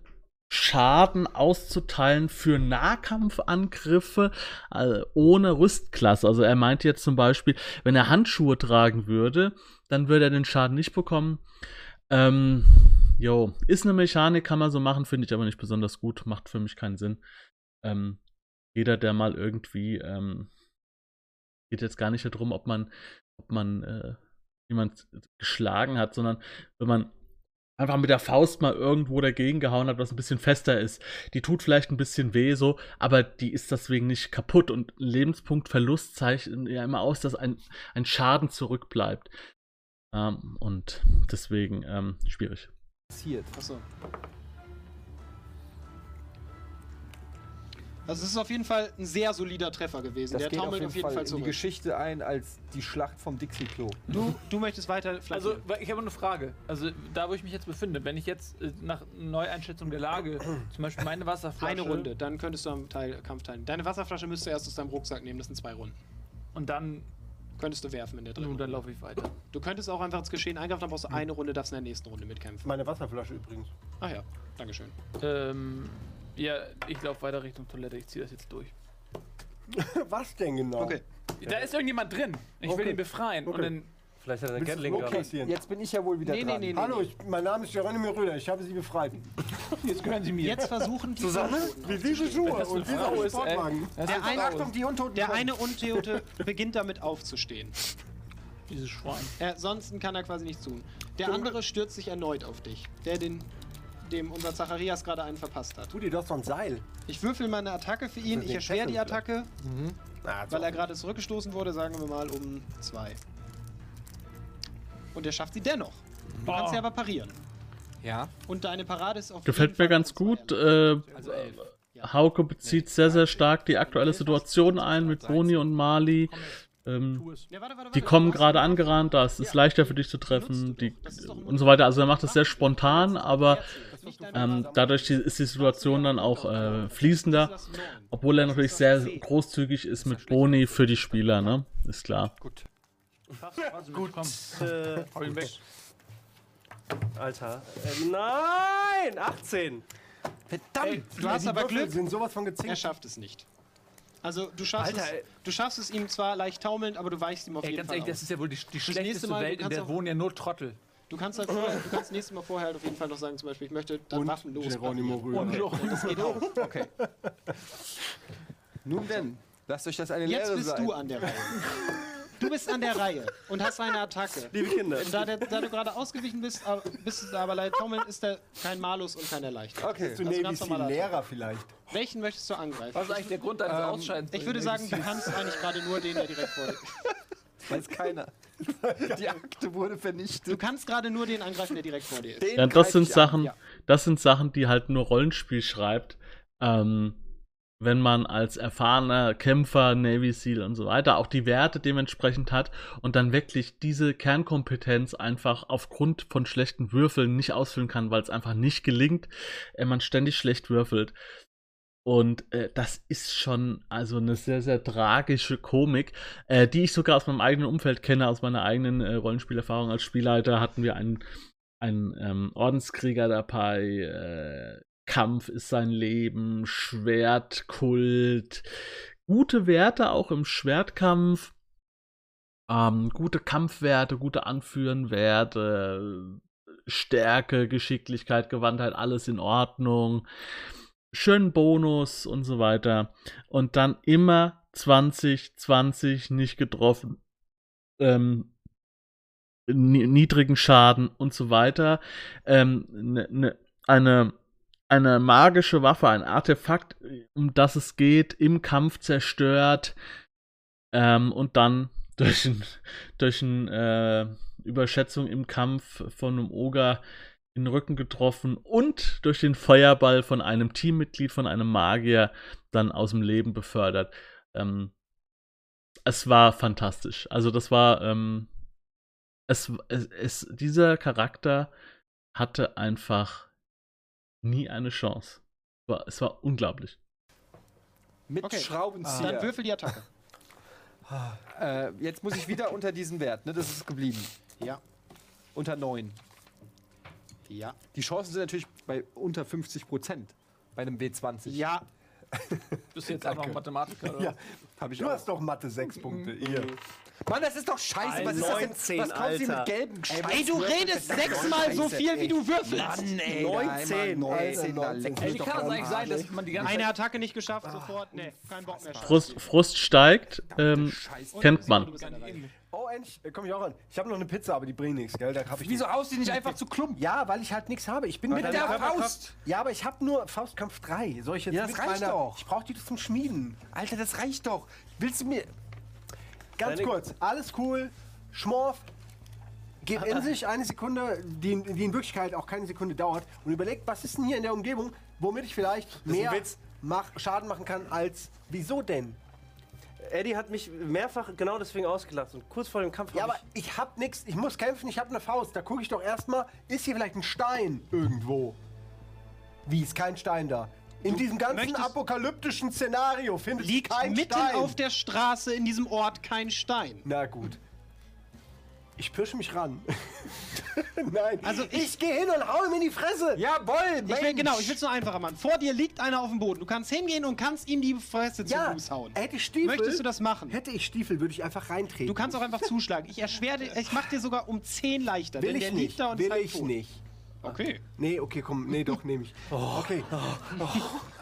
[SPEAKER 1] Schaden auszuteilen für Nahkampfangriffe also ohne Rüstklasse. Also er meinte jetzt zum Beispiel, wenn er Handschuhe tragen würde, dann würde er den Schaden nicht bekommen. Ähm, jo, ist eine Mechanik, kann man so machen, finde ich aber nicht besonders gut, macht für mich keinen Sinn. Ähm, jeder, der mal irgendwie, ähm, geht jetzt gar nicht darum, ob man, ob man äh, jemand geschlagen hat, sondern wenn man einfach mit der Faust mal irgendwo dagegen gehauen hat, was ein bisschen fester ist. Die tut vielleicht ein bisschen weh so, aber die ist deswegen nicht kaputt und Lebenspunktverlust zeichnet ja immer aus, dass ein, ein Schaden zurückbleibt. Ähm, und deswegen ähm, schwierig.
[SPEAKER 6] passiert.
[SPEAKER 4] Achso. Also es ist auf jeden Fall ein sehr solider Treffer gewesen.
[SPEAKER 6] Das
[SPEAKER 4] Der
[SPEAKER 6] geht auf
[SPEAKER 4] taumelt
[SPEAKER 6] jeden,
[SPEAKER 4] auf jeden Fall,
[SPEAKER 6] Fall in die
[SPEAKER 4] zurück.
[SPEAKER 6] Geschichte ein als die Schlacht vom Dixie-Klo.
[SPEAKER 4] Du, du möchtest weiter
[SPEAKER 5] Also,
[SPEAKER 4] flankieren.
[SPEAKER 5] weil ich habe eine Frage. Also, da wo ich mich jetzt befinde, wenn ich jetzt äh, nach Neueinschätzung der Lage, zum Beispiel meine Wasserflasche.
[SPEAKER 4] eine Runde, dann könntest du am Teil, Kampf teilnehmen. Deine Wasserflasche müsst du erst aus deinem Rucksack nehmen, das sind zwei Runden.
[SPEAKER 5] Und dann,
[SPEAKER 4] Könntest du werfen in der dritten
[SPEAKER 5] nun, dann
[SPEAKER 4] Runde.
[SPEAKER 5] laufe ich weiter.
[SPEAKER 4] Du könntest auch einfach ins Geschehen eingreifen, dann brauchst du eine Runde, darfst in der nächsten Runde mitkämpfen.
[SPEAKER 3] Meine Wasserflasche übrigens.
[SPEAKER 4] Ach ja, Dankeschön.
[SPEAKER 5] Ähm, ja, ich laufe weiter Richtung Toilette. Ich ziehe das jetzt durch.
[SPEAKER 3] Was denn genau?
[SPEAKER 4] Okay.
[SPEAKER 5] Da ist irgendjemand drin. Ich will
[SPEAKER 3] Okay.
[SPEAKER 5] ihn befreien. Und
[SPEAKER 3] Okay.
[SPEAKER 5] dann
[SPEAKER 2] Vielleicht hat er den
[SPEAKER 3] Willst du
[SPEAKER 2] Gatling
[SPEAKER 3] okay.
[SPEAKER 2] gerade.
[SPEAKER 3] passieren?
[SPEAKER 6] Jetzt bin ich ja wohl wieder
[SPEAKER 4] Nee, nee,
[SPEAKER 6] dran.
[SPEAKER 4] nee, nee.
[SPEAKER 3] Hallo, ich, mein Name ist Geronimo Röder. Ich habe Sie befreit.
[SPEAKER 5] Jetzt gehören sie mir.
[SPEAKER 4] Jetzt versuchen die Untoten
[SPEAKER 3] Wie diese Schuhe
[SPEAKER 5] Das ist eine
[SPEAKER 3] und
[SPEAKER 5] Frau,
[SPEAKER 3] dieser
[SPEAKER 5] ist, ey.
[SPEAKER 3] Sportwagen. Äh,
[SPEAKER 5] Das
[SPEAKER 4] Der
[SPEAKER 5] ist eine
[SPEAKER 4] eine-
[SPEAKER 5] Frau.
[SPEAKER 3] Achtung, die Untoten.
[SPEAKER 4] Der
[SPEAKER 3] kommen.
[SPEAKER 4] eine Untote beginnt damit aufzustehen.
[SPEAKER 5] Dieses Schwein.
[SPEAKER 4] Äh, sonst kann er quasi nichts tun. Der andere stürzt sich erneut auf dich. Der den, dem unser Zacharias gerade einen verpasst hat.
[SPEAKER 3] Rudi, du hast doch ein Seil.
[SPEAKER 4] Ich würfel mal eine Attacke für ihn.
[SPEAKER 3] Wir
[SPEAKER 4] Ich erschwere die
[SPEAKER 3] checken vielleicht.
[SPEAKER 4] Attacke,
[SPEAKER 3] Mhm. Na, also.
[SPEAKER 4] weil er gerade zurückgestoßen wurde, sagen wir mal um zwei. Und er schafft sie dennoch. Du kannst sie aber parieren.
[SPEAKER 9] Ja,
[SPEAKER 4] Und deine Parade ist auf jeden
[SPEAKER 1] Gefällt
[SPEAKER 4] Fall
[SPEAKER 1] mir ganz
[SPEAKER 4] um
[SPEAKER 1] gut.
[SPEAKER 4] zwei.
[SPEAKER 1] Äh,
[SPEAKER 9] also elf.
[SPEAKER 1] Hauke bezieht sehr, sehr stark die aktuelle Situation ein mit Boni und Mali. Ähm,
[SPEAKER 9] Tu es.
[SPEAKER 4] Ja, warte, warte, warte,
[SPEAKER 1] die
[SPEAKER 4] du
[SPEAKER 1] kommen
[SPEAKER 4] brauchst-
[SPEAKER 1] gerade angerannt, da ist es leichter für dich zu treffen die, und so weiter. Also er macht das sehr spontan, aber
[SPEAKER 4] Nicht deine
[SPEAKER 1] ähm,
[SPEAKER 4] Parade.
[SPEAKER 1] dadurch die, ist die Situation dann auch äh, fließender,
[SPEAKER 4] Das ist neun.
[SPEAKER 1] obwohl er natürlich sehr großzügig ist mit Boni für die Spieler, ne? Ist klar.
[SPEAKER 9] Gut.
[SPEAKER 5] Gut. Komm.
[SPEAKER 2] Äh,
[SPEAKER 5] Hau ihn weg.
[SPEAKER 2] Alter. Äh, nein! 18!
[SPEAKER 3] Verdammt!
[SPEAKER 4] du hast
[SPEAKER 3] die
[SPEAKER 4] aber
[SPEAKER 3] Würfel
[SPEAKER 4] Glück.
[SPEAKER 3] sind sowas von
[SPEAKER 4] Er
[SPEAKER 3] gezinkt.
[SPEAKER 4] schafft es nicht. Also du schaffst,
[SPEAKER 5] Alter, ey.
[SPEAKER 4] es, du schaffst es ihm zwar leicht taumelnd, aber du weichst ihm auf
[SPEAKER 5] Ey,
[SPEAKER 4] jeden
[SPEAKER 5] ganz
[SPEAKER 4] Fall
[SPEAKER 5] ehrlich, das
[SPEAKER 4] aus.
[SPEAKER 5] ist ja wohl die, die
[SPEAKER 4] nächste
[SPEAKER 5] schlechteste
[SPEAKER 4] Mal
[SPEAKER 5] Welt, in
[SPEAKER 4] kannst
[SPEAKER 5] der
[SPEAKER 4] auch-
[SPEAKER 5] wohnen ja nur Trottel.
[SPEAKER 4] Du kannst halt vorher, du kannst nächstes Mal vorher halt auf jeden Fall noch sagen, zum Beispiel, ich möchte dann Waffen los.
[SPEAKER 3] Geronimo Röder.
[SPEAKER 5] Und Loch.
[SPEAKER 4] Das geht auch. Okay.
[SPEAKER 6] Nun denn, lasst euch das eine
[SPEAKER 4] Jetzt
[SPEAKER 6] Lehre
[SPEAKER 4] bist
[SPEAKER 6] sein.
[SPEAKER 4] du an der Reihe. Du bist an der Reihe und hast eine Attacke.
[SPEAKER 2] Liebe Kinder.
[SPEAKER 4] Und da, der, da du gerade ausgewichen bist, aber, bist du aber leider taumeln, ist da kein Malus und kein Erleichterung.
[SPEAKER 6] Okay.
[SPEAKER 3] Du
[SPEAKER 4] Also
[SPEAKER 3] Navy
[SPEAKER 4] ganz
[SPEAKER 3] Seal
[SPEAKER 4] normaler
[SPEAKER 3] Lehrer vielleicht.
[SPEAKER 4] Welchen möchtest du angreifen?
[SPEAKER 5] Was ist eigentlich der Grund deines Ausscheidens?
[SPEAKER 4] Ähm, Ich würde sagen, du kannst eigentlich gerade nur den, der direkt vor dir
[SPEAKER 6] Weiß keiner. Die Akte wurde
[SPEAKER 4] Du
[SPEAKER 6] vernichtet.
[SPEAKER 4] kannst gerade nur den angreifen, der direkt vor dir ist.
[SPEAKER 6] Den
[SPEAKER 1] Ja, das
[SPEAKER 6] greif
[SPEAKER 1] sind
[SPEAKER 6] ich an.
[SPEAKER 1] Sachen,
[SPEAKER 6] Ja.
[SPEAKER 1] das sind Sachen, die halt nur Rollenspiel schreibt. Ähm, wenn man als erfahrener Kämpfer, Navy Seal und so weiter auch die Werte dementsprechend hat und dann wirklich diese Kernkompetenz einfach aufgrund von schlechten Würfeln nicht ausfüllen kann, weil es einfach nicht gelingt, äh, man ständig schlecht würfelt. Und äh, das ist schon also eine sehr, sehr tragische Komik, äh, die ich sogar aus meinem eigenen Umfeld kenne, aus meiner eigenen äh, Rollenspielerfahrung als Spielleiter hatten wir einen, einen ähm, Ordenskrieger dabei, äh, Kampf ist sein Leben, Schwertkult, gute Werte auch im Schwertkampf, ähm, gute Kampfwerte, gute Anführenwerte, Stärke, Geschicklichkeit, Gewandtheit, alles in Ordnung, schönen Bonus und so weiter. Und dann immer 20, 20 nicht getroffen. Ähm, ni- niedrigen Schaden und so weiter. Ähm, ne, ne, eine, eine magische Waffe, ein Artefakt, um das es geht, im Kampf zerstört ähm, und dann durch ein, durch ein äh, Überschätzung im Kampf von einem Oger in den Rücken getroffen und durch den Feuerball von einem Teammitglied, von einem Magier dann aus dem Leben befördert. Ähm, es war fantastisch. Also das war ähm, es, es, es, dieser Charakter hatte einfach nie eine Chance. War, es war unglaublich.
[SPEAKER 6] Mit
[SPEAKER 4] Okay.
[SPEAKER 6] Schraubenzieher.
[SPEAKER 4] Dann würfel die Attacke.
[SPEAKER 6] äh, jetzt muss ich wieder unter diesen Wert, ne? Das ist geblieben.
[SPEAKER 4] Ja.
[SPEAKER 6] Unter 9.
[SPEAKER 4] Ja.
[SPEAKER 6] Die Chancen sind natürlich bei unter 50 Prozent bei einem W20.
[SPEAKER 4] Ja.
[SPEAKER 5] Bist du jetzt einfach ein Mathematiker? Oder?
[SPEAKER 3] Ja,
[SPEAKER 6] Hab ich
[SPEAKER 3] du
[SPEAKER 6] auch.
[SPEAKER 3] hast doch Mathe sechs Punkte. Ihr.
[SPEAKER 6] Mann, das ist doch scheiße. Was ist das denn?
[SPEAKER 2] 19,
[SPEAKER 6] Was kommt sie
[SPEAKER 2] Alter.
[SPEAKER 6] mit gelben Scheiß?
[SPEAKER 4] Ey, du redest sechsmal so viel, wie du würfelst.
[SPEAKER 6] ey, 19, 19, da leck
[SPEAKER 5] Ey,
[SPEAKER 6] mich
[SPEAKER 5] wie
[SPEAKER 6] doch
[SPEAKER 5] kann das
[SPEAKER 6] am
[SPEAKER 5] eigentlich sein,
[SPEAKER 6] Arsch.
[SPEAKER 5] dass man die ganze
[SPEAKER 4] Eine
[SPEAKER 5] Zeit.
[SPEAKER 4] Attacke nicht geschafft,
[SPEAKER 3] Ah.
[SPEAKER 4] sofort. Nee, kein Bock mehr.
[SPEAKER 1] Frust, Frust steigt, ähm,
[SPEAKER 6] Scheiße.
[SPEAKER 1] kennt
[SPEAKER 4] Du
[SPEAKER 1] man.
[SPEAKER 4] bist an der Reihe.
[SPEAKER 3] Oh, endlich. Äh, Komm ich auch an. Ich habe noch eine Pizza, aber die bringt nichts, gell? Da hab ich
[SPEAKER 6] Wieso haust du die nicht einfach zu Klump?
[SPEAKER 3] Ja, weil ich halt nichts habe. Ich bin mit
[SPEAKER 6] Mit
[SPEAKER 3] der
[SPEAKER 6] der
[SPEAKER 3] Faust.
[SPEAKER 6] Faust!
[SPEAKER 3] Ja, aber ich habe nur Faustkampf 3. Soll ich jetzt
[SPEAKER 6] Ja, das
[SPEAKER 3] mit
[SPEAKER 6] reicht
[SPEAKER 3] meiner-
[SPEAKER 6] doch.
[SPEAKER 3] Ich brauche die zum Schmieden.
[SPEAKER 6] Alter, das reicht doch. Willst du mir.
[SPEAKER 3] Ganz
[SPEAKER 2] Deine-
[SPEAKER 3] kurz, alles cool, Schmorf, geht in sich eine Sekunde, die, die in Wirklichkeit auch keine Sekunde dauert und überlegt, was ist denn hier in der Umgebung, womit ich vielleicht
[SPEAKER 2] ist ein
[SPEAKER 3] mehr
[SPEAKER 2] Witz.
[SPEAKER 3] mach, Schaden machen kann als. Wieso denn?
[SPEAKER 2] Eddie hat mich mehrfach genau deswegen ausgelacht und kurz vor dem Kampf
[SPEAKER 3] Ja,
[SPEAKER 2] hab
[SPEAKER 3] aber ich hab nix, ich muss kämpfen, ich hab eine Faust. Da gucke ich doch erstmal, ist hier vielleicht ein Stein irgendwo? Wie ist kein Stein da? In diesem ganzen
[SPEAKER 4] möchtest-
[SPEAKER 3] apokalyptischen Szenario findet
[SPEAKER 4] Liegt
[SPEAKER 3] kein
[SPEAKER 4] mitten
[SPEAKER 3] Stein.
[SPEAKER 4] auf der Straße in diesem Ort kein Stein.
[SPEAKER 3] Na gut. Ich pirsch mich ran. Nein.
[SPEAKER 4] Also
[SPEAKER 3] ich, gehe hin und hau ihm in die Fresse.
[SPEAKER 6] Jawohl,
[SPEAKER 4] Ich will, genau, ich will es nur einfacher machen. Vor dir liegt einer auf dem Boden. Du kannst hingehen und kannst ihm die Fresse zu Fuß hauen.
[SPEAKER 3] hätte ich Stiefel.
[SPEAKER 4] Möchtest du das machen?
[SPEAKER 3] Hätte ich Stiefel, würde ich einfach reintreten.
[SPEAKER 4] Du kannst auch einfach zuschlagen. Ich erschwere dir, ich mach dir sogar um 10 leichter,
[SPEAKER 3] Will
[SPEAKER 4] denn
[SPEAKER 3] ich
[SPEAKER 4] der
[SPEAKER 3] nicht.
[SPEAKER 4] liegt da und
[SPEAKER 3] Will
[SPEAKER 4] ist halb
[SPEAKER 3] ich
[SPEAKER 4] tot.
[SPEAKER 3] nicht.
[SPEAKER 4] Okay.
[SPEAKER 3] Nee, okay, komm. Nee, doch, nehme ich. Okay.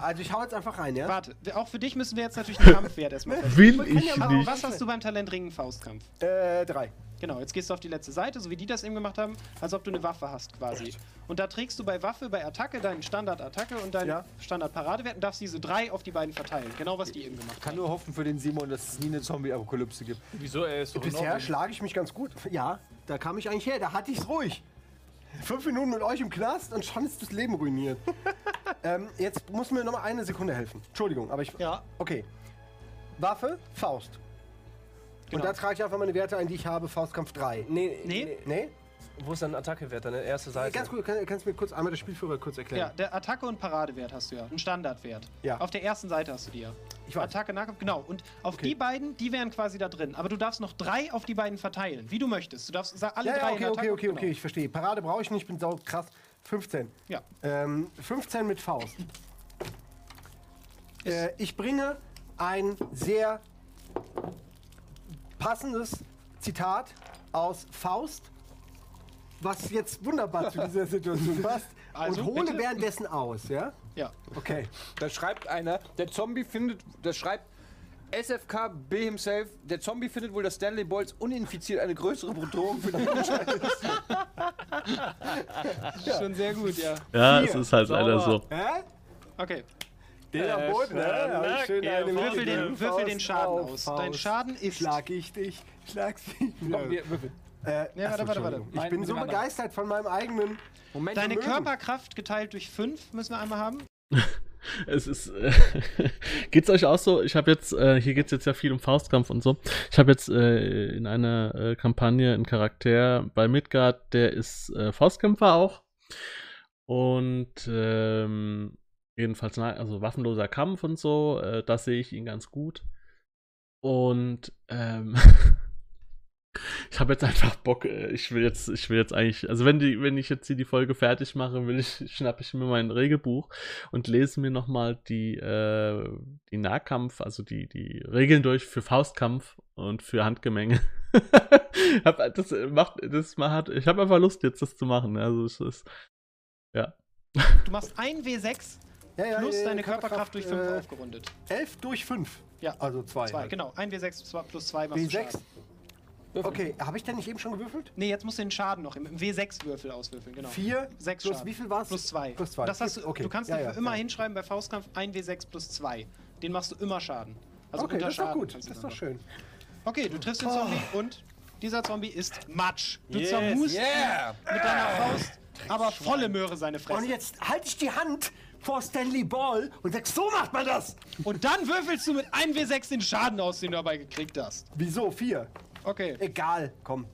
[SPEAKER 3] Also ich hau jetzt einfach rein, ja?
[SPEAKER 4] Oh. Warte, auch für dich müssen wir jetzt natürlich den Kampfwert erstmal festlegen.
[SPEAKER 1] Will ich
[SPEAKER 4] Aber
[SPEAKER 1] nicht.
[SPEAKER 4] was hast du beim Talent Ringen Faustkampf?
[SPEAKER 3] Äh, drei.
[SPEAKER 4] Genau, jetzt gehst du auf die letzte Seite, so wie die das eben gemacht haben, als ob du eine Waffe hast quasi. Und da trägst du bei Waffe, bei Attacke deinen Standard-Attacke und deinen
[SPEAKER 3] Ja.
[SPEAKER 4] Standard-Paradewert und darfst diese drei auf die beiden verteilen. Genau, was die eben gemacht
[SPEAKER 6] kann nur hoffen für den Simon, dass es nie eine Zombie-Apokalypse gibt.
[SPEAKER 5] Wieso? Er ist doch in
[SPEAKER 3] Bisher
[SPEAKER 5] Ordnung.
[SPEAKER 3] schlage ich mich ganz gut. Ja, da kam ich eigentlich her, da hatte ich's ruhig. Fünf Minuten mit euch im Knast und schon ist das Leben ruiniert. ähm, jetzt muss mir noch mal eine Sekunde helfen. Entschuldigung, aber ich.
[SPEAKER 4] Ja.
[SPEAKER 3] Okay. Waffe, Faust. Und
[SPEAKER 4] Genau.
[SPEAKER 3] da trage ich einfach meine Werte ein, die ich habe. Faustkampf 3. Nee.
[SPEAKER 4] Nee.
[SPEAKER 3] Nee?
[SPEAKER 2] ich, wo ist dein Attackewert, deine erste Seite?
[SPEAKER 3] Ganz gut, kann, kannst du mir kurz einmal das Spielführer kurz
[SPEAKER 4] Ja,
[SPEAKER 3] erklären?
[SPEAKER 4] der Attacke und Paradewert hast du ja. Ein Standardwert.
[SPEAKER 3] Ja.
[SPEAKER 4] Auf der ersten Seite hast du die ja.
[SPEAKER 3] Ich weiß.
[SPEAKER 4] Attacke, Nahkampf, genau. Und auf die beiden, die wären quasi da drin. Aber du darfst noch drei auf die beiden verteilen, wie du möchtest. Du darfst sa- alle
[SPEAKER 3] Ja, ja,
[SPEAKER 4] drei in
[SPEAKER 3] okay, okay,
[SPEAKER 4] Attacke-
[SPEAKER 3] okay, okay, ich verstehe. Parade brauche ich nicht, bin sau krass. 15.
[SPEAKER 4] Genau. Ja.
[SPEAKER 3] Ähm, 15 mit Faust. äh, ich bringe ein sehr passendes Zitat aus Faust, was jetzt wunderbar zu dieser Situation passt.
[SPEAKER 4] Also,
[SPEAKER 3] und hole
[SPEAKER 4] bitte?
[SPEAKER 3] währenddessen aus, ja?
[SPEAKER 4] Ja.
[SPEAKER 3] Okay.
[SPEAKER 6] Da schreibt einer, der Zombie findet, da schreibt SFK B himself, der Zombie findet wohl, dass Stanley Bolz uninfiziert eine größere Bedrohung für die Menschheit
[SPEAKER 4] Schon sehr gut, ja.
[SPEAKER 1] Ja, es ist halt leider so.
[SPEAKER 3] Hä?
[SPEAKER 4] Okay.
[SPEAKER 3] Der am Boden, ne? Da hab ich schön eine
[SPEAKER 4] Würfel den,
[SPEAKER 3] mitgegeben.
[SPEAKER 4] würfel den
[SPEAKER 3] Faust
[SPEAKER 4] Schaden
[SPEAKER 3] auf
[SPEAKER 4] aus.
[SPEAKER 3] Faust.
[SPEAKER 4] Dein Schaden ist.
[SPEAKER 3] Schlag ich dich, schlag sie.
[SPEAKER 6] Komm, wir würfeln.
[SPEAKER 3] Äh,
[SPEAKER 4] Nee, warte,
[SPEAKER 3] achso,
[SPEAKER 4] warte, warte.
[SPEAKER 3] Entschuldigung. Ich
[SPEAKER 5] Meinen
[SPEAKER 3] bin
[SPEAKER 5] Sie
[SPEAKER 3] so
[SPEAKER 5] den anderen?
[SPEAKER 3] begeistert von meinem eigenen.
[SPEAKER 6] Moment,
[SPEAKER 4] Deine
[SPEAKER 6] Moment.
[SPEAKER 4] Körperkraft geteilt durch 5 müssen wir einmal haben.
[SPEAKER 1] Es ist. Äh, geht's euch auch so? Ich habe jetzt, äh, hier geht's jetzt ja viel um Faustkampf und so. Ich habe jetzt äh, in einer äh, Kampagne einen Charakter bei Midgard, der ist äh, Faustkämpfer auch. Und ähm, jedenfalls, na- also waffenloser Kampf und so, äh, das sehe ich ihn ganz gut. Und ähm, ich habe jetzt einfach Bock, äh, ich will jetzt, ich will jetzt eigentlich, also wenn die, wenn ich jetzt hier die Folge fertig mache, will ich, schnappe ich mir mein Regelbuch und lese mir nochmal die, äh, die Nahkampf, also die, die Regeln durch für Faustkampf und für Handgemenge. Hab- das macht, das macht, ich habe einfach Lust jetzt, das zu machen. Also es ist,
[SPEAKER 4] Du machst 1 W6
[SPEAKER 3] Ja, ja,
[SPEAKER 4] plus
[SPEAKER 3] äh,
[SPEAKER 4] deine Körperkraft durch 5
[SPEAKER 3] äh,
[SPEAKER 4] aufgerundet.
[SPEAKER 3] 11 durch 5.
[SPEAKER 4] Ja.
[SPEAKER 3] Also 2.
[SPEAKER 4] Zwei, genau. 1 W6 plus 2 machst du
[SPEAKER 3] W6.
[SPEAKER 4] Schaden.
[SPEAKER 3] Okay, habe ich denn nicht eben schon gewürfelt?
[SPEAKER 4] Nee, jetzt musst du den Schaden noch im im W6-Würfel auswürfeln, genau.
[SPEAKER 3] 4
[SPEAKER 4] Sechs
[SPEAKER 3] plus
[SPEAKER 4] Schaden.
[SPEAKER 3] wie viel war es?
[SPEAKER 4] Plus 2.
[SPEAKER 3] Plus 2.
[SPEAKER 4] Das hast du, du kannst dafür immer hinschreiben bei Faustkampf 1W6 plus 2. Den machst du immer Schaden. Also
[SPEAKER 3] okay, das ist doch
[SPEAKER 4] Schaden
[SPEAKER 3] gut. Das
[SPEAKER 4] kannst du
[SPEAKER 3] ist
[SPEAKER 4] dann
[SPEAKER 3] doch schön. Oh.
[SPEAKER 4] machen. Okay, du triffst den Zombie und dieser Zombie ist Matsch. Du
[SPEAKER 2] Yes,
[SPEAKER 4] zermust
[SPEAKER 6] Yeah!
[SPEAKER 4] mit deiner Faust, aber volle Möhre seine Fresse.
[SPEAKER 3] Und jetzt halte ich die Hand vor Stanley Ball und sag, so macht man das.
[SPEAKER 4] Und dann würfelst du mit 1W6 den Schaden aus, den du dabei gekriegt hast.
[SPEAKER 3] Wieso? 4.
[SPEAKER 4] Okay,
[SPEAKER 3] Egal, komm.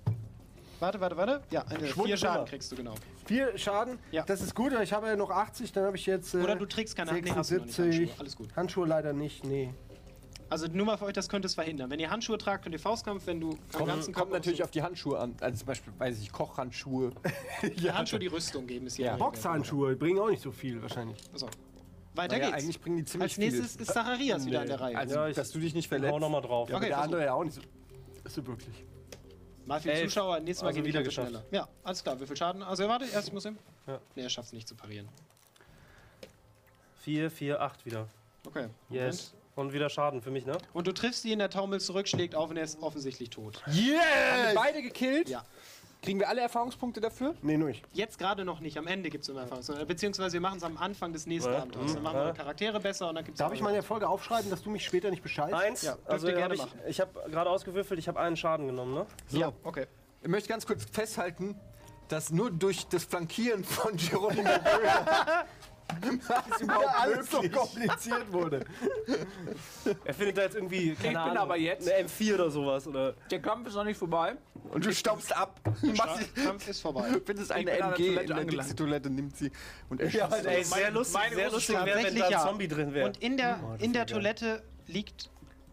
[SPEAKER 4] warte, warte, warte. Ja, eine, vier
[SPEAKER 3] Schwund
[SPEAKER 4] Schaden
[SPEAKER 3] drüber.
[SPEAKER 4] kriegst du genau.
[SPEAKER 3] 4 Schaden,
[SPEAKER 4] Ja.
[SPEAKER 3] das ist gut. Ich habe ja noch 80, dann habe ich jetzt. äh,
[SPEAKER 4] Oder du trägst keine- nee, hast du noch nicht,
[SPEAKER 3] 76.
[SPEAKER 4] Handschuhe, alles gut.
[SPEAKER 3] Handschuhe leider nicht, nee.
[SPEAKER 4] Also nur mal für euch, das könntest es verhindern. Wenn ihr Handschuhe tragt, könnt ihr Faustkampf, wenn du am ganzen
[SPEAKER 6] Kommt, kommt
[SPEAKER 4] Körper
[SPEAKER 6] natürlich auf Äh, die Handschuhe an. Also zum Beispiel, weiß ich, Kochhandschuhe.
[SPEAKER 4] die Handschuhe die Rüstung geben, ist hier.
[SPEAKER 6] Ja.
[SPEAKER 4] die Regel.
[SPEAKER 3] Boxhandschuhe bringen auch nicht so viel wahrscheinlich.
[SPEAKER 4] So. Weiter
[SPEAKER 6] Naja,
[SPEAKER 4] geht's.
[SPEAKER 6] eigentlich bringen die ziemlich
[SPEAKER 4] Als nächstes
[SPEAKER 6] viel.
[SPEAKER 4] ist Zacharias wieder an der Reihe.
[SPEAKER 6] Also,
[SPEAKER 2] Ja, ich-
[SPEAKER 6] dass du dich nicht
[SPEAKER 2] Hau
[SPEAKER 6] verletzt.
[SPEAKER 2] nochmal drauf.
[SPEAKER 4] okay,
[SPEAKER 3] Der
[SPEAKER 4] versuch.
[SPEAKER 3] andere ja auch nicht so. Ist so wirklich.
[SPEAKER 4] mal für die
[SPEAKER 2] elf.
[SPEAKER 4] Zuschauer, nächstes Mal
[SPEAKER 2] Also
[SPEAKER 4] gehen wir
[SPEAKER 2] wieder
[SPEAKER 4] wieder
[SPEAKER 2] geschafft.
[SPEAKER 4] schneller. Ja, alles klar, wie viel Schaden? Also warte, erst muss ihm. Ne, er schafft's nicht zu parieren.
[SPEAKER 2] 4, 4, 8 wieder.
[SPEAKER 4] Okay.
[SPEAKER 2] Yes. Und wieder Schaden für mich, ne?
[SPEAKER 4] Moment. Und du triffst ihn, der taumelt zurück, schlägt auf und er ist offensichtlich tot.
[SPEAKER 6] Haben wir beide gekillt?
[SPEAKER 4] Ja.
[SPEAKER 6] Kriegen wir alle Erfahrungspunkte dafür?
[SPEAKER 3] Nee, nur ich.
[SPEAKER 4] Jetzt gerade noch nicht, am Ende gibt's immer Erfahrung. sondern- äh, Beziehungsweise wir machen es am Anfang des nächsten
[SPEAKER 2] Ja.
[SPEAKER 4] Abenteuers. Dann machen wir die Charaktere besser und dann gibt's.
[SPEAKER 3] Darf ich
[SPEAKER 4] mal
[SPEAKER 3] meine Erfolge aufschreiben, dass du mich später nicht bescheißt?
[SPEAKER 2] Eins.
[SPEAKER 4] Ja, dürft
[SPEAKER 2] also
[SPEAKER 4] ihr
[SPEAKER 2] hab
[SPEAKER 4] gerne
[SPEAKER 2] ich,
[SPEAKER 4] machen.
[SPEAKER 2] ich habe gerade ausgewürfelt, ich habe einen Schaden genommen, ne?
[SPEAKER 4] Ja, okay.
[SPEAKER 6] Ich möchte ganz kurz festhalten, dass nur durch das Flankieren von Geronimo Böhler
[SPEAKER 3] dass überhaupt alles so kompliziert wurde.
[SPEAKER 2] Er findet da jetzt irgendwie, keine
[SPEAKER 5] bin
[SPEAKER 2] Ahnung,
[SPEAKER 5] aber jetzt-
[SPEAKER 2] eine M4 oder sowas. Oder
[SPEAKER 5] Der Kampf ist noch nicht vorbei.
[SPEAKER 6] Und du staubst ab. Machst,
[SPEAKER 4] Kampf ist vorbei.
[SPEAKER 6] findest
[SPEAKER 1] bin
[SPEAKER 6] eine
[SPEAKER 1] an der
[SPEAKER 6] MG in
[SPEAKER 1] Toilette
[SPEAKER 6] der
[SPEAKER 1] angelangt.
[SPEAKER 6] dicksten Toilette, nimmt sie und erschießt
[SPEAKER 2] also, Ey, sehr lustig,
[SPEAKER 5] meine
[SPEAKER 2] sehr
[SPEAKER 5] große
[SPEAKER 2] lustig wäre, wenn da
[SPEAKER 4] Tatsächlich
[SPEAKER 2] ein
[SPEAKER 4] ja.
[SPEAKER 2] Zombie drin wäre.
[SPEAKER 4] Und in der,
[SPEAKER 3] Oh, das
[SPEAKER 4] in der
[SPEAKER 3] wär geil.
[SPEAKER 4] Toilette liegt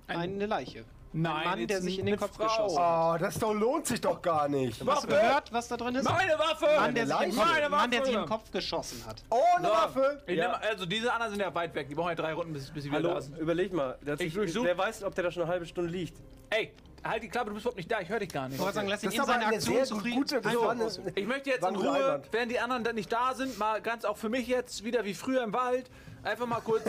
[SPEAKER 4] eine Leiche.
[SPEAKER 5] Nein,
[SPEAKER 4] ein Mann, der
[SPEAKER 5] jetzt
[SPEAKER 4] sich in den
[SPEAKER 5] eine
[SPEAKER 4] Kopf
[SPEAKER 5] Frau.
[SPEAKER 4] geschossen hat.
[SPEAKER 3] Oh, das doch lohnt sich doch gar nicht.
[SPEAKER 4] Hast du gehört, was da drin ist?
[SPEAKER 5] Meine Waffe!
[SPEAKER 4] Mann, der sich, im Kopf,
[SPEAKER 5] Meine Waffe!
[SPEAKER 4] Mann, der sich im Kopf geschossen hat.
[SPEAKER 3] Ohne Waffe!
[SPEAKER 5] Ich
[SPEAKER 2] Ja.
[SPEAKER 5] nehm, also diese anderen sind ja weit weg. Die brauchen ja drei Runden, bis, bis sie wieder
[SPEAKER 2] Hallo,
[SPEAKER 5] da sind.
[SPEAKER 2] überleg mal. Der, hat
[SPEAKER 5] Ich
[SPEAKER 2] sich,
[SPEAKER 5] durchsuch-
[SPEAKER 2] wer weiß, ob der da schon eine halbe Stunde liegt.
[SPEAKER 5] Ey, halt die Klappe, du bist überhaupt nicht da. Ich höre dich gar nicht.
[SPEAKER 4] Ich wollte sagen, lass ihn
[SPEAKER 3] Das ist
[SPEAKER 4] in
[SPEAKER 3] aber
[SPEAKER 4] seine
[SPEAKER 3] eine
[SPEAKER 4] Aktion Also,
[SPEAKER 3] sehr
[SPEAKER 4] zufrieden.
[SPEAKER 3] gute, das
[SPEAKER 4] Einfach
[SPEAKER 3] war eine,
[SPEAKER 4] aussuchen.
[SPEAKER 5] Ich möchte jetzt
[SPEAKER 3] War
[SPEAKER 5] in
[SPEAKER 3] ein guter
[SPEAKER 5] Ruhe,
[SPEAKER 3] Einwand.
[SPEAKER 5] während die anderen dann nicht da sind, mal ganz auch für mich jetzt wieder wie früher im Wald, einfach mal kurz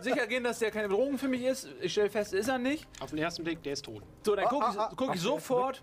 [SPEAKER 5] sicher gehen, dass der keine Bedrohung für mich ist. Ich stelle fest, ist er nicht.
[SPEAKER 4] Auf den ersten Blick, der ist tot.
[SPEAKER 5] So, dann gucke ich,
[SPEAKER 3] ah, ah.
[SPEAKER 5] guck ich sofort,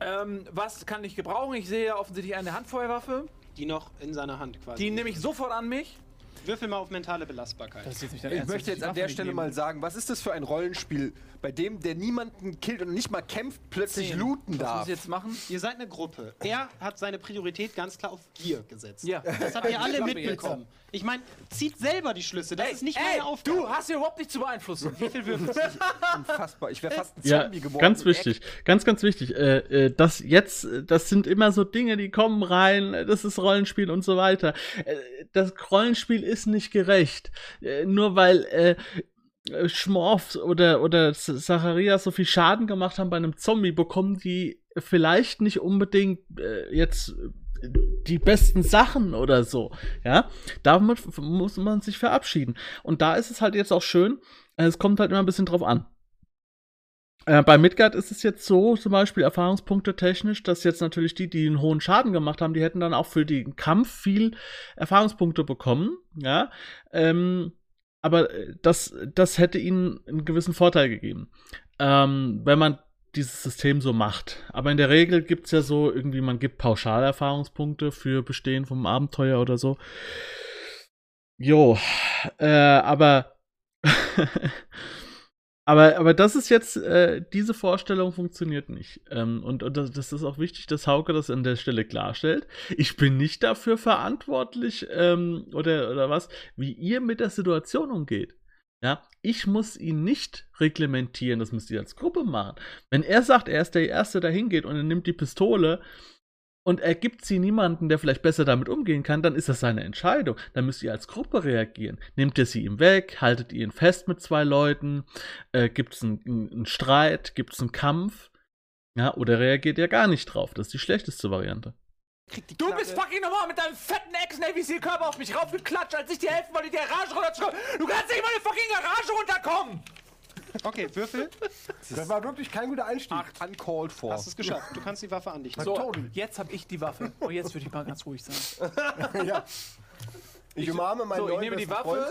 [SPEAKER 5] ähm, was kann ich gebrauchen. Ich sehe ja offensichtlich eine Handfeuerwaffe.
[SPEAKER 4] Die noch in seiner Hand quasi.
[SPEAKER 5] Die nehme ich sofort an mich.
[SPEAKER 4] Würfel mal auf mentale Belastbarkeit.
[SPEAKER 5] ist jetzt nicht dein
[SPEAKER 1] also
[SPEAKER 6] Ich möchte jetzt an der Stelle mal sagen, was ist das für ein Rollenspiel, bei dem der niemanden killt und nicht mal kämpft, plötzlich looten
[SPEAKER 5] Was muss
[SPEAKER 6] darf?
[SPEAKER 5] ich jetzt machen?
[SPEAKER 4] Ihr seid eine Gruppe. Er hat seine Priorität ganz klar auf Gier gesetzt.
[SPEAKER 5] Ja.
[SPEAKER 4] Das habt ihr alle
[SPEAKER 5] Klappe
[SPEAKER 4] mitbekommen. Ich meine, zieht selber die Schlüsse. Das ist nicht meine Aufgabe.
[SPEAKER 5] du hast hier überhaupt nicht zu beeinflussen. Wie viel würfelst du?
[SPEAKER 6] Unfassbar. Ich wäre fast ein
[SPEAKER 1] Ja,
[SPEAKER 6] Zombie geworden.
[SPEAKER 1] ganz wichtig, ganz, ganz wichtig. Äh, äh, das jetzt, äh, das sind immer so Dinge, die kommen rein, äh, das ist Rollenspiel und so weiter. Äh, das Rollenspiel ist nicht gerecht. Äh, nur weil äh, äh, Schmorf oder, oder Zacharias so viel Schaden gemacht haben bei einem Zombie, bekommen die vielleicht nicht unbedingt äh, jetzt äh, die besten Sachen oder so. Ja, damit f- muss man sich verabschieden. Und da ist es halt jetzt auch schön, äh, es kommt halt immer ein bisschen drauf an. Äh, bei Midgard ist es jetzt so, zum Beispiel Erfahrungspunkte technisch, dass jetzt natürlich die, die einen hohen Schaden gemacht haben, die hätten dann auch für den Kampf viel Erfahrungspunkte bekommen, ja. Ähm, aber äh, das, das hätte ihnen einen gewissen Vorteil gegeben, ähm, wenn man dieses System so macht. Aber in der Regel gibt es ja so, irgendwie, man gibt pauschal Erfahrungspunkte für Bestehen vom Abenteuer oder so. Jo, äh, aber Aber, aber das ist jetzt, äh, diese Vorstellung funktioniert nicht. Ähm, und und das, das ist auch wichtig, dass Hauke das an der Stelle klarstellt. Ich bin nicht dafür verantwortlich ähm, oder, oder was, wie ihr mit der Situation umgeht. Ja, ich muss ihn nicht reglementieren, das müsst ihr als Gruppe machen. Wenn er sagt, er ist der Erste, der hingeht und er nimmt die Pistole und er gibt sie niemandem, der vielleicht besser damit umgehen kann, dann ist das seine Entscheidung. Dann müsst ihr als Gruppe reagieren. Nehmt ihr sie ihm weg, haltet ihr ihn fest mit zwei Leuten, äh, gibt es einen, einen einen Streit, gibt es einen Kampf, ja, oder reagiert ihr gar nicht drauf. Das ist die schlechteste Variante.
[SPEAKER 5] Du bist fucking normal mit deinem fetten Ex-Navy-Seal-Körper auf mich raufgeklatscht, als ich dir helfen wollte, die Garage runterzukommen. Du kannst nicht in meine fucking Garage runterkommen!
[SPEAKER 4] Okay, Würfel.
[SPEAKER 3] Das war wirklich kein guter Einstieg.
[SPEAKER 6] Uncalled for.
[SPEAKER 4] Hast es geschafft. Du kannst die Waffe an dich nehmen.
[SPEAKER 5] So, jetzt habe ich die Waffe. Und jetzt würde ich mal ganz ruhig sein.
[SPEAKER 3] ja. Ich umarme meinen
[SPEAKER 5] So, ich
[SPEAKER 3] neuen
[SPEAKER 5] nehme die
[SPEAKER 3] besten
[SPEAKER 5] Waffe.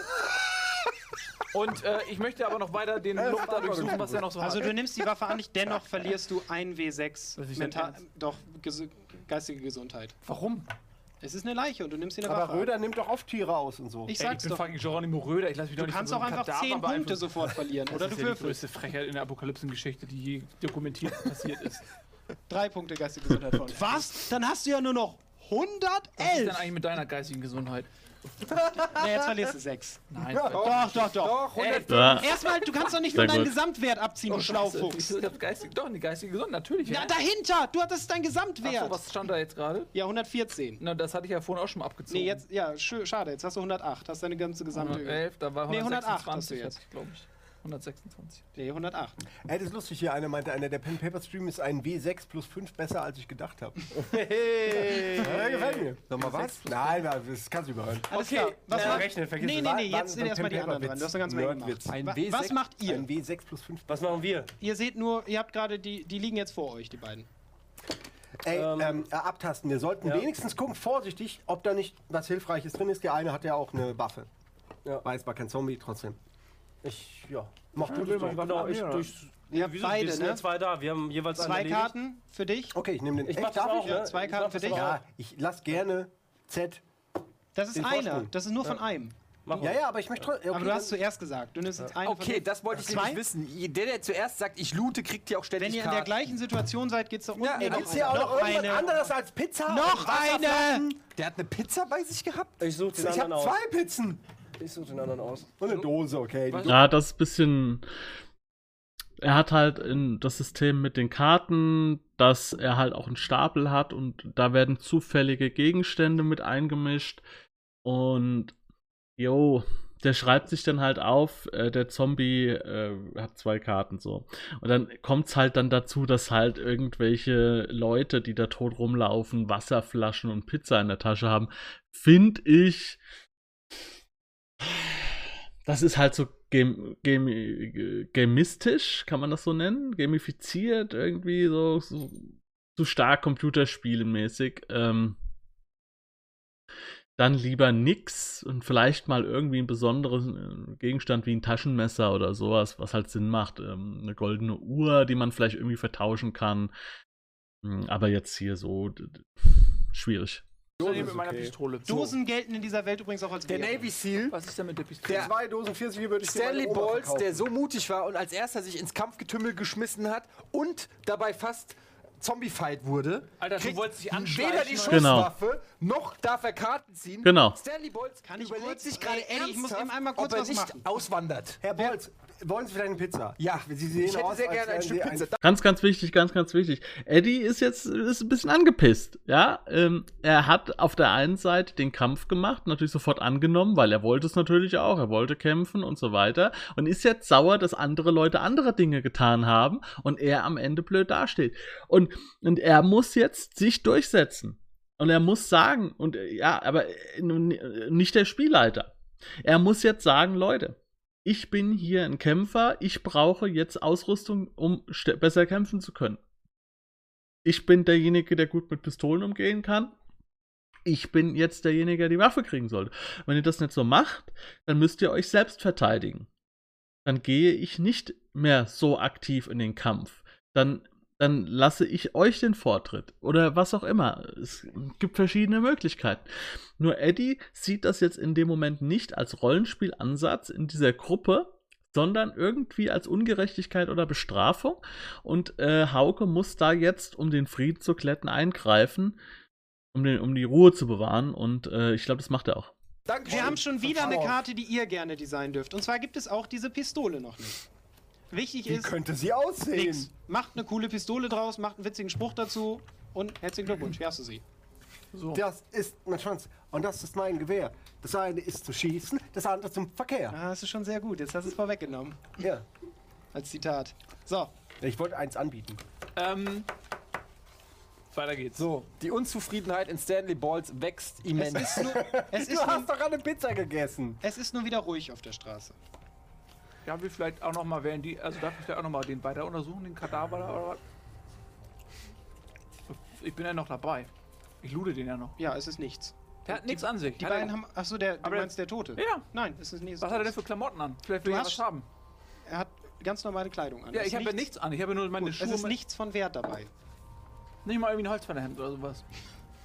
[SPEAKER 5] Und äh, ich möchte aber noch weiter den Luft durchsuchen, was er noch so
[SPEAKER 4] Also
[SPEAKER 5] hat.
[SPEAKER 4] du nimmst die Waffe an dich, dennoch verlierst du 1W6
[SPEAKER 5] ist
[SPEAKER 4] mental,
[SPEAKER 5] nicht
[SPEAKER 4] doch ges geistige Gesundheit.
[SPEAKER 5] Warum?
[SPEAKER 4] Es ist eine Leiche und du nimmst dir eine
[SPEAKER 3] Aber
[SPEAKER 4] Waffe.
[SPEAKER 3] Röder nimmt doch oft Tiere raus und so.
[SPEAKER 4] Ich
[SPEAKER 5] Ey,
[SPEAKER 4] sag's
[SPEAKER 5] ich bin
[SPEAKER 4] doch.
[SPEAKER 5] fucking Geronimo Röder. Ich lasse mich doch
[SPEAKER 4] Du
[SPEAKER 5] nicht
[SPEAKER 4] kannst
[SPEAKER 5] von
[SPEAKER 4] auch
[SPEAKER 5] so einem
[SPEAKER 4] einfach
[SPEAKER 5] Kadaver
[SPEAKER 4] 10 Punkte
[SPEAKER 5] beeinflussen.
[SPEAKER 4] sofort verlieren oder
[SPEAKER 5] Das
[SPEAKER 4] du
[SPEAKER 5] ist ja die
[SPEAKER 4] würfelst.
[SPEAKER 5] größte Frechheit in der Apokalypsengeschichte, die je dokumentiert passiert ist.
[SPEAKER 4] Drei Punkte geistige Gesundheit von. Was? Dann hast du ja nur noch
[SPEAKER 5] Was ist denn
[SPEAKER 4] 111.
[SPEAKER 5] eigentlich mit deiner geistigen Gesundheit?
[SPEAKER 4] Nee, jetzt verlierst du 6.
[SPEAKER 5] Nein.
[SPEAKER 4] Doch, doch, doch.
[SPEAKER 3] doch, 100
[SPEAKER 1] Ja,
[SPEAKER 4] Erstmal, du kannst doch nicht
[SPEAKER 1] Sehr
[SPEAKER 4] nur deinen
[SPEAKER 1] gut. Oh,
[SPEAKER 4] Gesamtwert abziehen, du Schlaufuchs.
[SPEAKER 5] Ich hab geistig, doch, die geistige Gesundheit, natürlich.
[SPEAKER 4] Ja,
[SPEAKER 5] ja.
[SPEAKER 4] dahinter! Du hattest deinen
[SPEAKER 5] Ach so,
[SPEAKER 4] Gesamtwert.
[SPEAKER 5] was stand da jetzt gerade?
[SPEAKER 4] Ja, 114.
[SPEAKER 5] Na, das hatte ich ja vorhin auch schon mal abgezogen.
[SPEAKER 4] Nee, jetzt, ja, schö- schade, jetzt hast du 108. Hast deine ganze Gesamtwert.
[SPEAKER 5] 111, da war
[SPEAKER 4] Nee, 108 hast du
[SPEAKER 5] 126,
[SPEAKER 4] jetzt.
[SPEAKER 5] glaube ich. 126.
[SPEAKER 4] Nee, 108.
[SPEAKER 3] Ey, das ist lustig hier. Einer meinte, einer der Pen Paper Stream ist ein W6 plus 5 besser, als ich gedacht habe. Hey. Ja, gefällt mir.
[SPEAKER 6] Nochmal was?
[SPEAKER 3] Nein, nein, das kannst du überhören.
[SPEAKER 4] Alles
[SPEAKER 5] Okay,
[SPEAKER 4] klar. Was
[SPEAKER 5] äh,
[SPEAKER 4] macht-
[SPEAKER 2] rechnen, vergiss
[SPEAKER 4] Nee,
[SPEAKER 2] es.
[SPEAKER 4] nee, nee,
[SPEAKER 3] Wann-
[SPEAKER 4] jetzt sind
[SPEAKER 3] wann
[SPEAKER 4] erstmal die
[SPEAKER 3] kommt der
[SPEAKER 4] anderen dran. Du hast eine ganze Menge
[SPEAKER 3] Nerdwitz?
[SPEAKER 4] gemacht. Wa- Was macht ihr?
[SPEAKER 3] Ein W6 plus 5.
[SPEAKER 2] Was machen wir?
[SPEAKER 4] Ihr seht nur, ihr habt gerade die, die liegen jetzt vor euch, die beiden.
[SPEAKER 3] Ey, ähm, äh, abtasten. Wir sollten
[SPEAKER 2] ja.
[SPEAKER 3] wenigstens gucken, vorsichtig, ob da nicht was Hilfreiches drin ist. Der eine hat ja auch eine Waffe.
[SPEAKER 2] Ja.
[SPEAKER 3] Weiß war kein Zombie, trotzdem.
[SPEAKER 2] Ich, ja.
[SPEAKER 3] Mach du das. doch.
[SPEAKER 2] Genau, ich durch.
[SPEAKER 4] Ihr habt
[SPEAKER 2] Wieso?
[SPEAKER 4] beide,
[SPEAKER 2] wir sind ja
[SPEAKER 4] ne?
[SPEAKER 2] zwei da. Wir haben jeweils
[SPEAKER 4] Zwei
[SPEAKER 2] einen erledigt.
[SPEAKER 4] Karten für dich.
[SPEAKER 3] Okay, ich nehme den.
[SPEAKER 2] Ich
[SPEAKER 3] Echt,
[SPEAKER 2] mach das
[SPEAKER 3] darf
[SPEAKER 2] auch,
[SPEAKER 3] ich?
[SPEAKER 2] ne?
[SPEAKER 4] Zwei
[SPEAKER 2] Ich
[SPEAKER 4] Karten
[SPEAKER 2] mach
[SPEAKER 4] für
[SPEAKER 2] das
[SPEAKER 4] dich.
[SPEAKER 2] auch.
[SPEAKER 3] Ja, ich lass gerne Z.
[SPEAKER 4] Das ist
[SPEAKER 3] Den
[SPEAKER 4] einer.
[SPEAKER 3] Vorsprung.
[SPEAKER 4] Das ist nur von einem.
[SPEAKER 2] Mach
[SPEAKER 3] Ja, ja, aber ich möchte trotzdem.
[SPEAKER 4] Aber du hast zuerst gesagt. Du nimmst jetzt eine von
[SPEAKER 5] Okay,
[SPEAKER 4] denen.
[SPEAKER 5] das wollte ich
[SPEAKER 4] Zwei?
[SPEAKER 5] nämlich wissen. Der, der zuerst sagt, ich loote, kriegt ja auch ständig
[SPEAKER 4] Wenn ihr in der
[SPEAKER 5] Karten.
[SPEAKER 4] gleichen Situation seid, geht's da unten.
[SPEAKER 5] Ja,
[SPEAKER 4] Ja,
[SPEAKER 5] ey,
[SPEAKER 4] noch
[SPEAKER 5] gibt's
[SPEAKER 4] eine.
[SPEAKER 5] hier
[SPEAKER 3] auch noch
[SPEAKER 4] noch
[SPEAKER 3] irgendwas
[SPEAKER 4] eine.
[SPEAKER 3] anderes als Pizza.
[SPEAKER 4] Noch eine!
[SPEAKER 5] der hat eine Pizza bei sich gehabt?
[SPEAKER 2] Ich such den
[SPEAKER 3] Ich
[SPEAKER 2] anderen
[SPEAKER 3] habe
[SPEAKER 2] aus.
[SPEAKER 3] zwei Pizzen.
[SPEAKER 2] Ich such den anderen aus.
[SPEAKER 3] Und eine Dose, okay.
[SPEAKER 5] Was?
[SPEAKER 1] Ja, das ist ein bisschen. Er hat halt in das System mit den Karten, dass er halt auch einen Stapel hat und da werden zufällige Gegenstände mit eingemischt. Und jo, der schreibt sich dann halt auf, äh, der Zombie äh, hat zwei Karten so. Und dann kommt's halt dann dazu, dass halt irgendwelche Leute, die da tot rumlaufen, Wasserflaschen und Pizza in der Tasche haben. Find ich das ist halt so game, game, äh, gamistisch, kann man das so nennen? Gamifiziert irgendwie, so, so, so stark computerspielenmäßig. Ähm, dann lieber nix und vielleicht mal irgendwie einen besonderen äh, Gegenstand wie ein Taschenmesser oder sowas, was halt Sinn macht. Ähm, eine goldene Uhr, die man vielleicht irgendwie vertauschen kann. Hm, Aber jetzt hier so d- d- schwierig.
[SPEAKER 5] Dose mit meiner Pistole.
[SPEAKER 4] Dosen gelten in dieser Welt übrigens auch als
[SPEAKER 5] Der
[SPEAKER 4] Währung.
[SPEAKER 5] Navy Seal. Was ist denn mit der Pistole?
[SPEAKER 3] zwei Dosen 40 Bier würde ich dir
[SPEAKER 6] Stanley
[SPEAKER 3] meine Oma
[SPEAKER 6] Balls,
[SPEAKER 3] verkaufen.
[SPEAKER 6] der so mutig war und als erster sich ins Kampfgetümmel geschmissen hat und dabei fast zombified wurde.
[SPEAKER 5] Alter, du
[SPEAKER 6] kriegt
[SPEAKER 5] wolltest dich
[SPEAKER 6] Weder
[SPEAKER 5] anschleichen
[SPEAKER 6] die
[SPEAKER 5] oder-
[SPEAKER 6] Schusswaffe, noch darf er Karten ziehen.
[SPEAKER 1] Genau.
[SPEAKER 6] Stanley Balls
[SPEAKER 4] Kann ich
[SPEAKER 6] überlegt
[SPEAKER 4] kurz-
[SPEAKER 6] sich gerade
[SPEAKER 4] Ey, Eddie, ich muss
[SPEAKER 6] ernsthaft,
[SPEAKER 4] eben einmal kurz
[SPEAKER 6] ob er
[SPEAKER 4] was
[SPEAKER 6] nicht
[SPEAKER 4] machen.
[SPEAKER 6] auswandert.
[SPEAKER 3] Herr Bolz, wollen Sie vielleicht eine Pizza?
[SPEAKER 6] Ja,
[SPEAKER 3] Sie sehen
[SPEAKER 6] ich hätte
[SPEAKER 3] aus,
[SPEAKER 6] sehr
[SPEAKER 3] als
[SPEAKER 6] gerne ein
[SPEAKER 3] wären
[SPEAKER 6] Stück
[SPEAKER 3] Sie
[SPEAKER 6] Pizza.
[SPEAKER 1] Ganz, ganz wichtig, ganz, ganz wichtig. Eddie ist jetzt ist ein bisschen angepisst. Ja, ähm, er hat auf der einen Seite den Kampf gemacht, natürlich sofort angenommen, weil er wollte es natürlich auch. Er wollte kämpfen und so weiter. Und ist jetzt sauer, dass andere Leute andere Dinge getan haben und er am Ende blöd dasteht. Und, und er muss jetzt sich durchsetzen. Und er muss sagen, und äh, ja, aber äh, nun, äh, nicht der Spielleiter. Er muss jetzt sagen, Leute, ich bin hier ein Kämpfer, ich brauche jetzt Ausrüstung, um ste- besser kämpfen zu können. Ich bin derjenige, der gut mit Pistolen umgehen kann. Ich bin jetzt derjenige, der die Waffe kriegen sollte. Wenn ihr das nicht so macht, dann müsst ihr euch selbst verteidigen. Dann gehe ich nicht mehr so aktiv in den Kampf. Dann, dann lasse ich euch den Vortritt. Oder was auch immer. Es gibt verschiedene Möglichkeiten. Nur Eddie sieht das jetzt in dem Moment nicht als Rollenspielansatz in dieser Gruppe, sondern irgendwie als Ungerechtigkeit oder Bestrafung. Und äh, Hauke muss da jetzt, um den Frieden zu kletten, eingreifen, um, den, um die Ruhe zu bewahren. Und äh, ich glaube, das macht er auch.
[SPEAKER 6] Danke
[SPEAKER 4] Wir haben schon wieder eine Karte, die ihr gerne designen dürft. Und zwar gibt es auch diese Pistole noch nicht. Wichtig
[SPEAKER 3] Wie
[SPEAKER 4] ist,
[SPEAKER 3] könnte sie aussehen?
[SPEAKER 4] nix. Macht eine coole Pistole draus, macht einen witzigen Spruch dazu und herzlichen Glückwunsch, hier hast du sie.
[SPEAKER 3] Das ist mein Schwanz. Und das ist mein Gewehr. Das eine ist zum Schießen, das andere zum Verkehr.
[SPEAKER 4] Ah, das ist schon sehr gut. Jetzt hast du es vorweggenommen.
[SPEAKER 3] Ja.
[SPEAKER 4] Als Zitat. So,
[SPEAKER 3] Ich wollte eins anbieten.
[SPEAKER 5] Ähm, weiter geht's.
[SPEAKER 6] So, die Unzufriedenheit in Stanley Balls wächst
[SPEAKER 4] es
[SPEAKER 6] immens.
[SPEAKER 4] ist, nur, es,
[SPEAKER 3] Du
[SPEAKER 4] ist nur,
[SPEAKER 3] hast doch eine Pizza gegessen.
[SPEAKER 4] es ist nur wieder ruhig auf der Straße.
[SPEAKER 5] Darf ich vielleicht auch nochmal, während die, also darf ich vielleicht auch nochmal den weiter untersuchen, den Kadaver da oder was? Ich bin ja noch dabei. Ich lude den ja noch.
[SPEAKER 4] Ja, es ist nichts.
[SPEAKER 5] Der hat nichts an sich.
[SPEAKER 4] Die
[SPEAKER 5] Hat er-
[SPEAKER 4] beiden haben. Achso, der, du
[SPEAKER 5] Aber der-
[SPEAKER 4] meinst der Tote?
[SPEAKER 5] Ja.
[SPEAKER 4] Nein, es ist nichts.
[SPEAKER 5] was hat er denn für Klamotten an? Vielleicht
[SPEAKER 4] Du
[SPEAKER 5] will ich ja
[SPEAKER 4] hast-
[SPEAKER 5] was haben.
[SPEAKER 4] Er hat ganz normale Kleidung an.
[SPEAKER 5] Ja,
[SPEAKER 4] Es
[SPEAKER 5] ich habe ja nichts an. Ich habe ja nur meine
[SPEAKER 4] Gut,
[SPEAKER 5] Schuhe.
[SPEAKER 4] es ist
[SPEAKER 5] mit-
[SPEAKER 4] nichts von Wert dabei.
[SPEAKER 5] nicht mal irgendwie ein Holzfällerhemd oder sowas.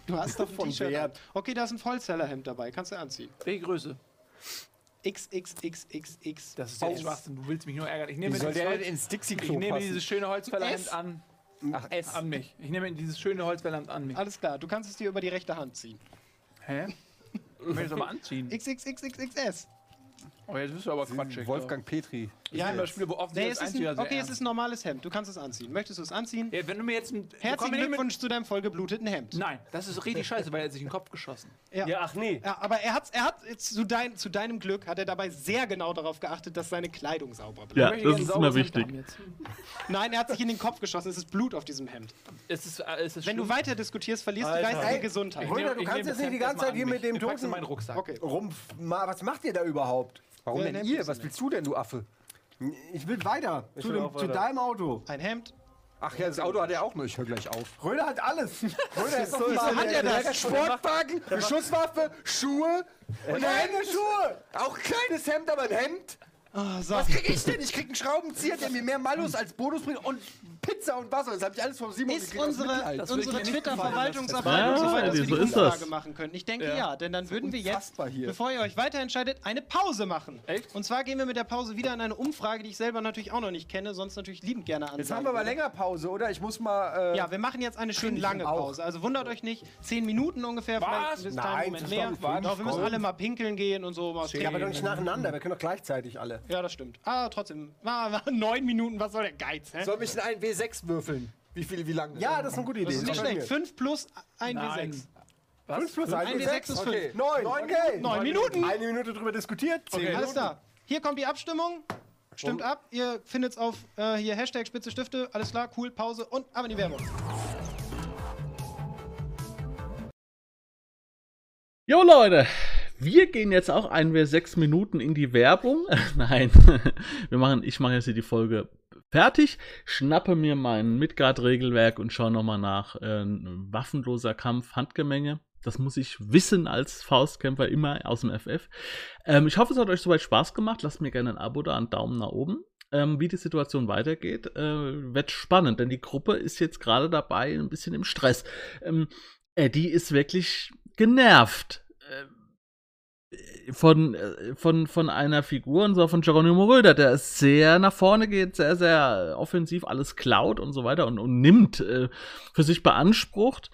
[SPEAKER 4] Du hast doch ein
[SPEAKER 3] Von
[SPEAKER 4] T-Shirt. an.
[SPEAKER 3] Wert.
[SPEAKER 4] Okay, da ist ein Vollzellerhemd dabei. Kannst du anziehen.
[SPEAKER 5] Welche Größe? Oh.
[SPEAKER 4] XXXXX.
[SPEAKER 5] Das ist ja Schwachsinn. Du willst mich nur ärgern. Ich nehme,
[SPEAKER 6] Wie soll
[SPEAKER 5] dieses,
[SPEAKER 6] der denn
[SPEAKER 5] Holz,
[SPEAKER 6] ins
[SPEAKER 5] ich
[SPEAKER 6] Dixie-Klo
[SPEAKER 5] nehme
[SPEAKER 6] passen?
[SPEAKER 5] dieses schöne
[SPEAKER 4] S.
[SPEAKER 5] Holzfällerhemd an.
[SPEAKER 6] Ach, S.
[SPEAKER 5] An mich. Ich nehme dieses schöne Holzfällerhemd an mich.
[SPEAKER 4] Alles klar, du kannst es dir über die rechte Hand ziehen.
[SPEAKER 5] Hä? Ich möchte es aber anziehen.
[SPEAKER 4] XXXXXS.
[SPEAKER 5] Oh, jetzt bist du aber quatschig.
[SPEAKER 6] Wolfgang Petri.
[SPEAKER 5] Ich nehme das Spiel, wo offen
[SPEAKER 4] Nee,
[SPEAKER 5] nee,
[SPEAKER 4] es
[SPEAKER 5] das
[SPEAKER 4] ist
[SPEAKER 5] Einzige,
[SPEAKER 4] ein,
[SPEAKER 5] was er
[SPEAKER 4] okay, es
[SPEAKER 5] ernst-
[SPEAKER 4] ist ein normales Hemd. Du kannst es anziehen. Möchtest du es anziehen?
[SPEAKER 5] Ja, wenn du mir jetzt ein. du komm
[SPEAKER 4] Herzlichen
[SPEAKER 5] mir nicht mit-
[SPEAKER 4] Glückwunsch zu deinem vollgebluteten Hemd.
[SPEAKER 5] Nein, das ist richtig scheiße, weil er hat sich in den Kopf geschossen.
[SPEAKER 2] Ja, ach nee.
[SPEAKER 4] Ja, aber er hat, er hat zu, dein, zu deinem Glück hat er dabei sehr genau darauf geachtet, dass seine Kleidung sauber bleibt.
[SPEAKER 1] Ja,
[SPEAKER 5] Ich möchte
[SPEAKER 1] das
[SPEAKER 5] gerne
[SPEAKER 1] ist
[SPEAKER 5] ein
[SPEAKER 1] immer
[SPEAKER 5] sauberes Hemd
[SPEAKER 1] wichtig.
[SPEAKER 5] haben jetzt.
[SPEAKER 4] Nein, er hat sich in den Kopf geschossen. Es ist Blut auf diesem Hemd.
[SPEAKER 5] Es ist, äh, es ist
[SPEAKER 4] Wenn du
[SPEAKER 5] schlimm.
[SPEAKER 4] weiter diskutierst, verlierst
[SPEAKER 2] Alter.
[SPEAKER 4] du geistige
[SPEAKER 3] Ey,
[SPEAKER 4] Gesundheit.
[SPEAKER 3] Bruder,
[SPEAKER 5] nehme-
[SPEAKER 3] du kannst
[SPEAKER 5] ich nehme
[SPEAKER 3] jetzt
[SPEAKER 5] das
[SPEAKER 3] nicht die
[SPEAKER 5] Hemd
[SPEAKER 3] ganze Zeit
[SPEAKER 5] erstmal
[SPEAKER 3] hier
[SPEAKER 5] an
[SPEAKER 3] mit
[SPEAKER 5] mich.
[SPEAKER 3] dem
[SPEAKER 5] Ich pack's in
[SPEAKER 3] Toten
[SPEAKER 5] meinen Rucksack.
[SPEAKER 4] Okay.
[SPEAKER 3] Rumpf. Ma, was macht ihr da überhaupt?
[SPEAKER 6] Warum
[SPEAKER 4] Ja,
[SPEAKER 6] denn
[SPEAKER 4] nervt
[SPEAKER 6] ihr?
[SPEAKER 4] das
[SPEAKER 6] Was
[SPEAKER 4] nicht.
[SPEAKER 6] willst du denn, du Affe?
[SPEAKER 3] Ich will weiter. zu,
[SPEAKER 2] will
[SPEAKER 3] dem,
[SPEAKER 2] auch
[SPEAKER 3] zu
[SPEAKER 2] weiter.
[SPEAKER 3] deinem Auto.
[SPEAKER 4] Ein Hemd.
[SPEAKER 6] Ach ja, das Auto hat er auch noch. Ich höre gleich auf.
[SPEAKER 3] Röder hat alles. Röder ist so
[SPEAKER 4] hat er das?
[SPEAKER 6] Sportwagen, eine Schusswaffe, Schuhe und eigene Schuhe. Auch ein kleines Hemd, aber ein Hemd.
[SPEAKER 4] Ah, so.
[SPEAKER 6] Was krieg ich denn? Ich krieg einen Schraubenzieher, der mir mehr Malus als Bonus bringt und Pizza und Wasser. Das habe ich alles vom Simon
[SPEAKER 4] Ist
[SPEAKER 6] gekriegt aus Mitleid.
[SPEAKER 4] unsere,
[SPEAKER 6] Das
[SPEAKER 4] unsere
[SPEAKER 6] wird mir nicht gefallen.
[SPEAKER 4] Twitter-Verwaltungsabteilung
[SPEAKER 1] Ja,
[SPEAKER 4] so weit, dass wir die
[SPEAKER 1] so ist
[SPEAKER 4] Umfrage
[SPEAKER 1] das.
[SPEAKER 4] machen können? Ich denke ja,
[SPEAKER 8] Ja.
[SPEAKER 4] denn dann würden wir jetzt,
[SPEAKER 6] unfassbar hier.
[SPEAKER 4] bevor ihr euch weiter entscheidet, eine Pause machen.
[SPEAKER 8] Echt?
[SPEAKER 4] Und zwar gehen wir mit der Pause wieder in eine Umfrage, die ich selber natürlich auch noch nicht kenne, sonst natürlich liebend gerne ansagen.
[SPEAKER 6] Jetzt haben wir aber
[SPEAKER 4] würde.
[SPEAKER 6] länger Pause, oder? Ich muss mal. Äh,
[SPEAKER 4] Ja, wir machen jetzt eine schön lange
[SPEAKER 6] auch.
[SPEAKER 4] Pause. Also wundert euch nicht, zehn Minuten ungefähr,
[SPEAKER 8] Was?
[SPEAKER 4] vielleicht
[SPEAKER 3] Nein,
[SPEAKER 4] ein kleinen
[SPEAKER 3] das
[SPEAKER 4] Moment
[SPEAKER 3] ist doch
[SPEAKER 4] mehr.
[SPEAKER 3] nicht wahr.
[SPEAKER 4] Doch, wir müssen alle mal pinkeln gehen und so. Mal
[SPEAKER 3] Ja, aber doch
[SPEAKER 4] stehen.
[SPEAKER 3] nicht nacheinander, wir können doch gleichzeitig alle.
[SPEAKER 4] ja, das stimmt. Ah, trotzdem. Ah, neun Minuten, was soll der Geiz, hä?
[SPEAKER 6] soll mich in einen W6 würfeln? Wie viel, wie lange?
[SPEAKER 3] Ja, das ist eine gute Idee.
[SPEAKER 4] Das ist nicht schlecht.
[SPEAKER 3] Fünf
[SPEAKER 4] 5 plus 1
[SPEAKER 8] Nein.
[SPEAKER 4] W6.
[SPEAKER 3] 5 plus 1
[SPEAKER 4] Ein W sechs ist
[SPEAKER 6] Okay.
[SPEAKER 4] fünf.
[SPEAKER 3] Neun. Okay.
[SPEAKER 4] 9 Minuten.
[SPEAKER 3] Eine Minute drüber diskutiert.
[SPEAKER 4] Okay, alles klar. Hier kommt die Abstimmung. Stimmt ab. Ihr findet's auf äh, hier Hashtag Spitze Stifte. Alles klar, cool, Pause und ab in die Werbung.
[SPEAKER 1] Jo Leute, wir gehen jetzt auch ein wir sechs Minuten in die Werbung. Nein, wir machen, ich mache jetzt hier die Folge fertig, schnappe mir mein Midgard-Regelwerk und schaue nochmal nach. Äh, waffenloser Kampf, Handgemenge. Das muss ich wissen als Faustkämpfer immer aus dem FF. Ähm, ich hoffe, es hat euch soweit Spaß gemacht. Lasst mir gerne ein Abo da, einen Daumen nach oben. Ähm, wie die Situation weitergeht, äh, wird spannend, denn die Gruppe ist jetzt gerade dabei, ein bisschen im Stress. Ähm, Eddie ist wirklich genervt äh, von, äh, von, von einer Figur, und zwar von Geronimo Röder, der ist sehr nach vorne geht, sehr, sehr offensiv, alles klaut und so weiter und, und nimmt, äh, für sich beansprucht.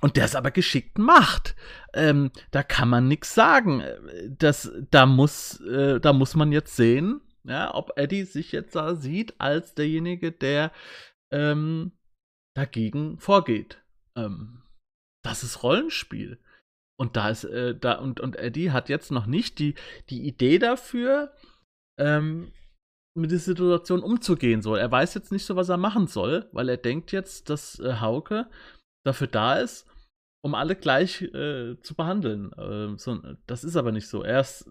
[SPEAKER 1] Und der es aber geschickt macht. Ähm, da kann man nichts sagen. Äh, Das, da, muss, äh, da muss man jetzt sehen, ja, ob Eddie sich jetzt da sieht als derjenige, der ähm, dagegen vorgeht. Ähm, das ist Rollenspiel. Und da ist, äh, da, und, und Eddie hat jetzt noch nicht die, die Idee dafür, ähm, mit der Situation umzugehen soll. Er weiß jetzt nicht so, was er machen soll, weil er denkt jetzt, dass äh, Hauke dafür da ist, um alle gleich äh, zu behandeln. Ähm, so, das ist aber nicht so. Er ist,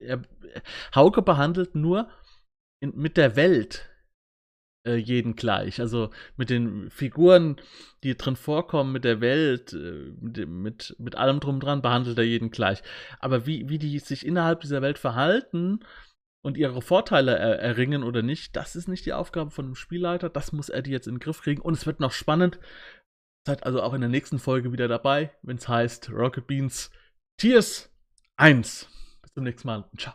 [SPEAKER 1] er, Hauke behandelt nur in, mit der Welt äh, jeden gleich. Also mit den Figuren, die drin vorkommen, mit der Welt, äh, mit, dem- mit, mit allem drum und dran, behandelt er jeden gleich. Aber wie, wie die sich innerhalb dieser Welt verhalten und ihre Vorteile er, erringen oder nicht, das ist nicht die Aufgabe von dem Spielleiter. Das muss Eddie jetzt in den Griff kriegen. Und es wird noch spannend. Seid also auch in der nächsten Folge wieder dabei, wenn es heißt Rocket Beans Tears 1. Bis zum nächsten Mal. Ciao.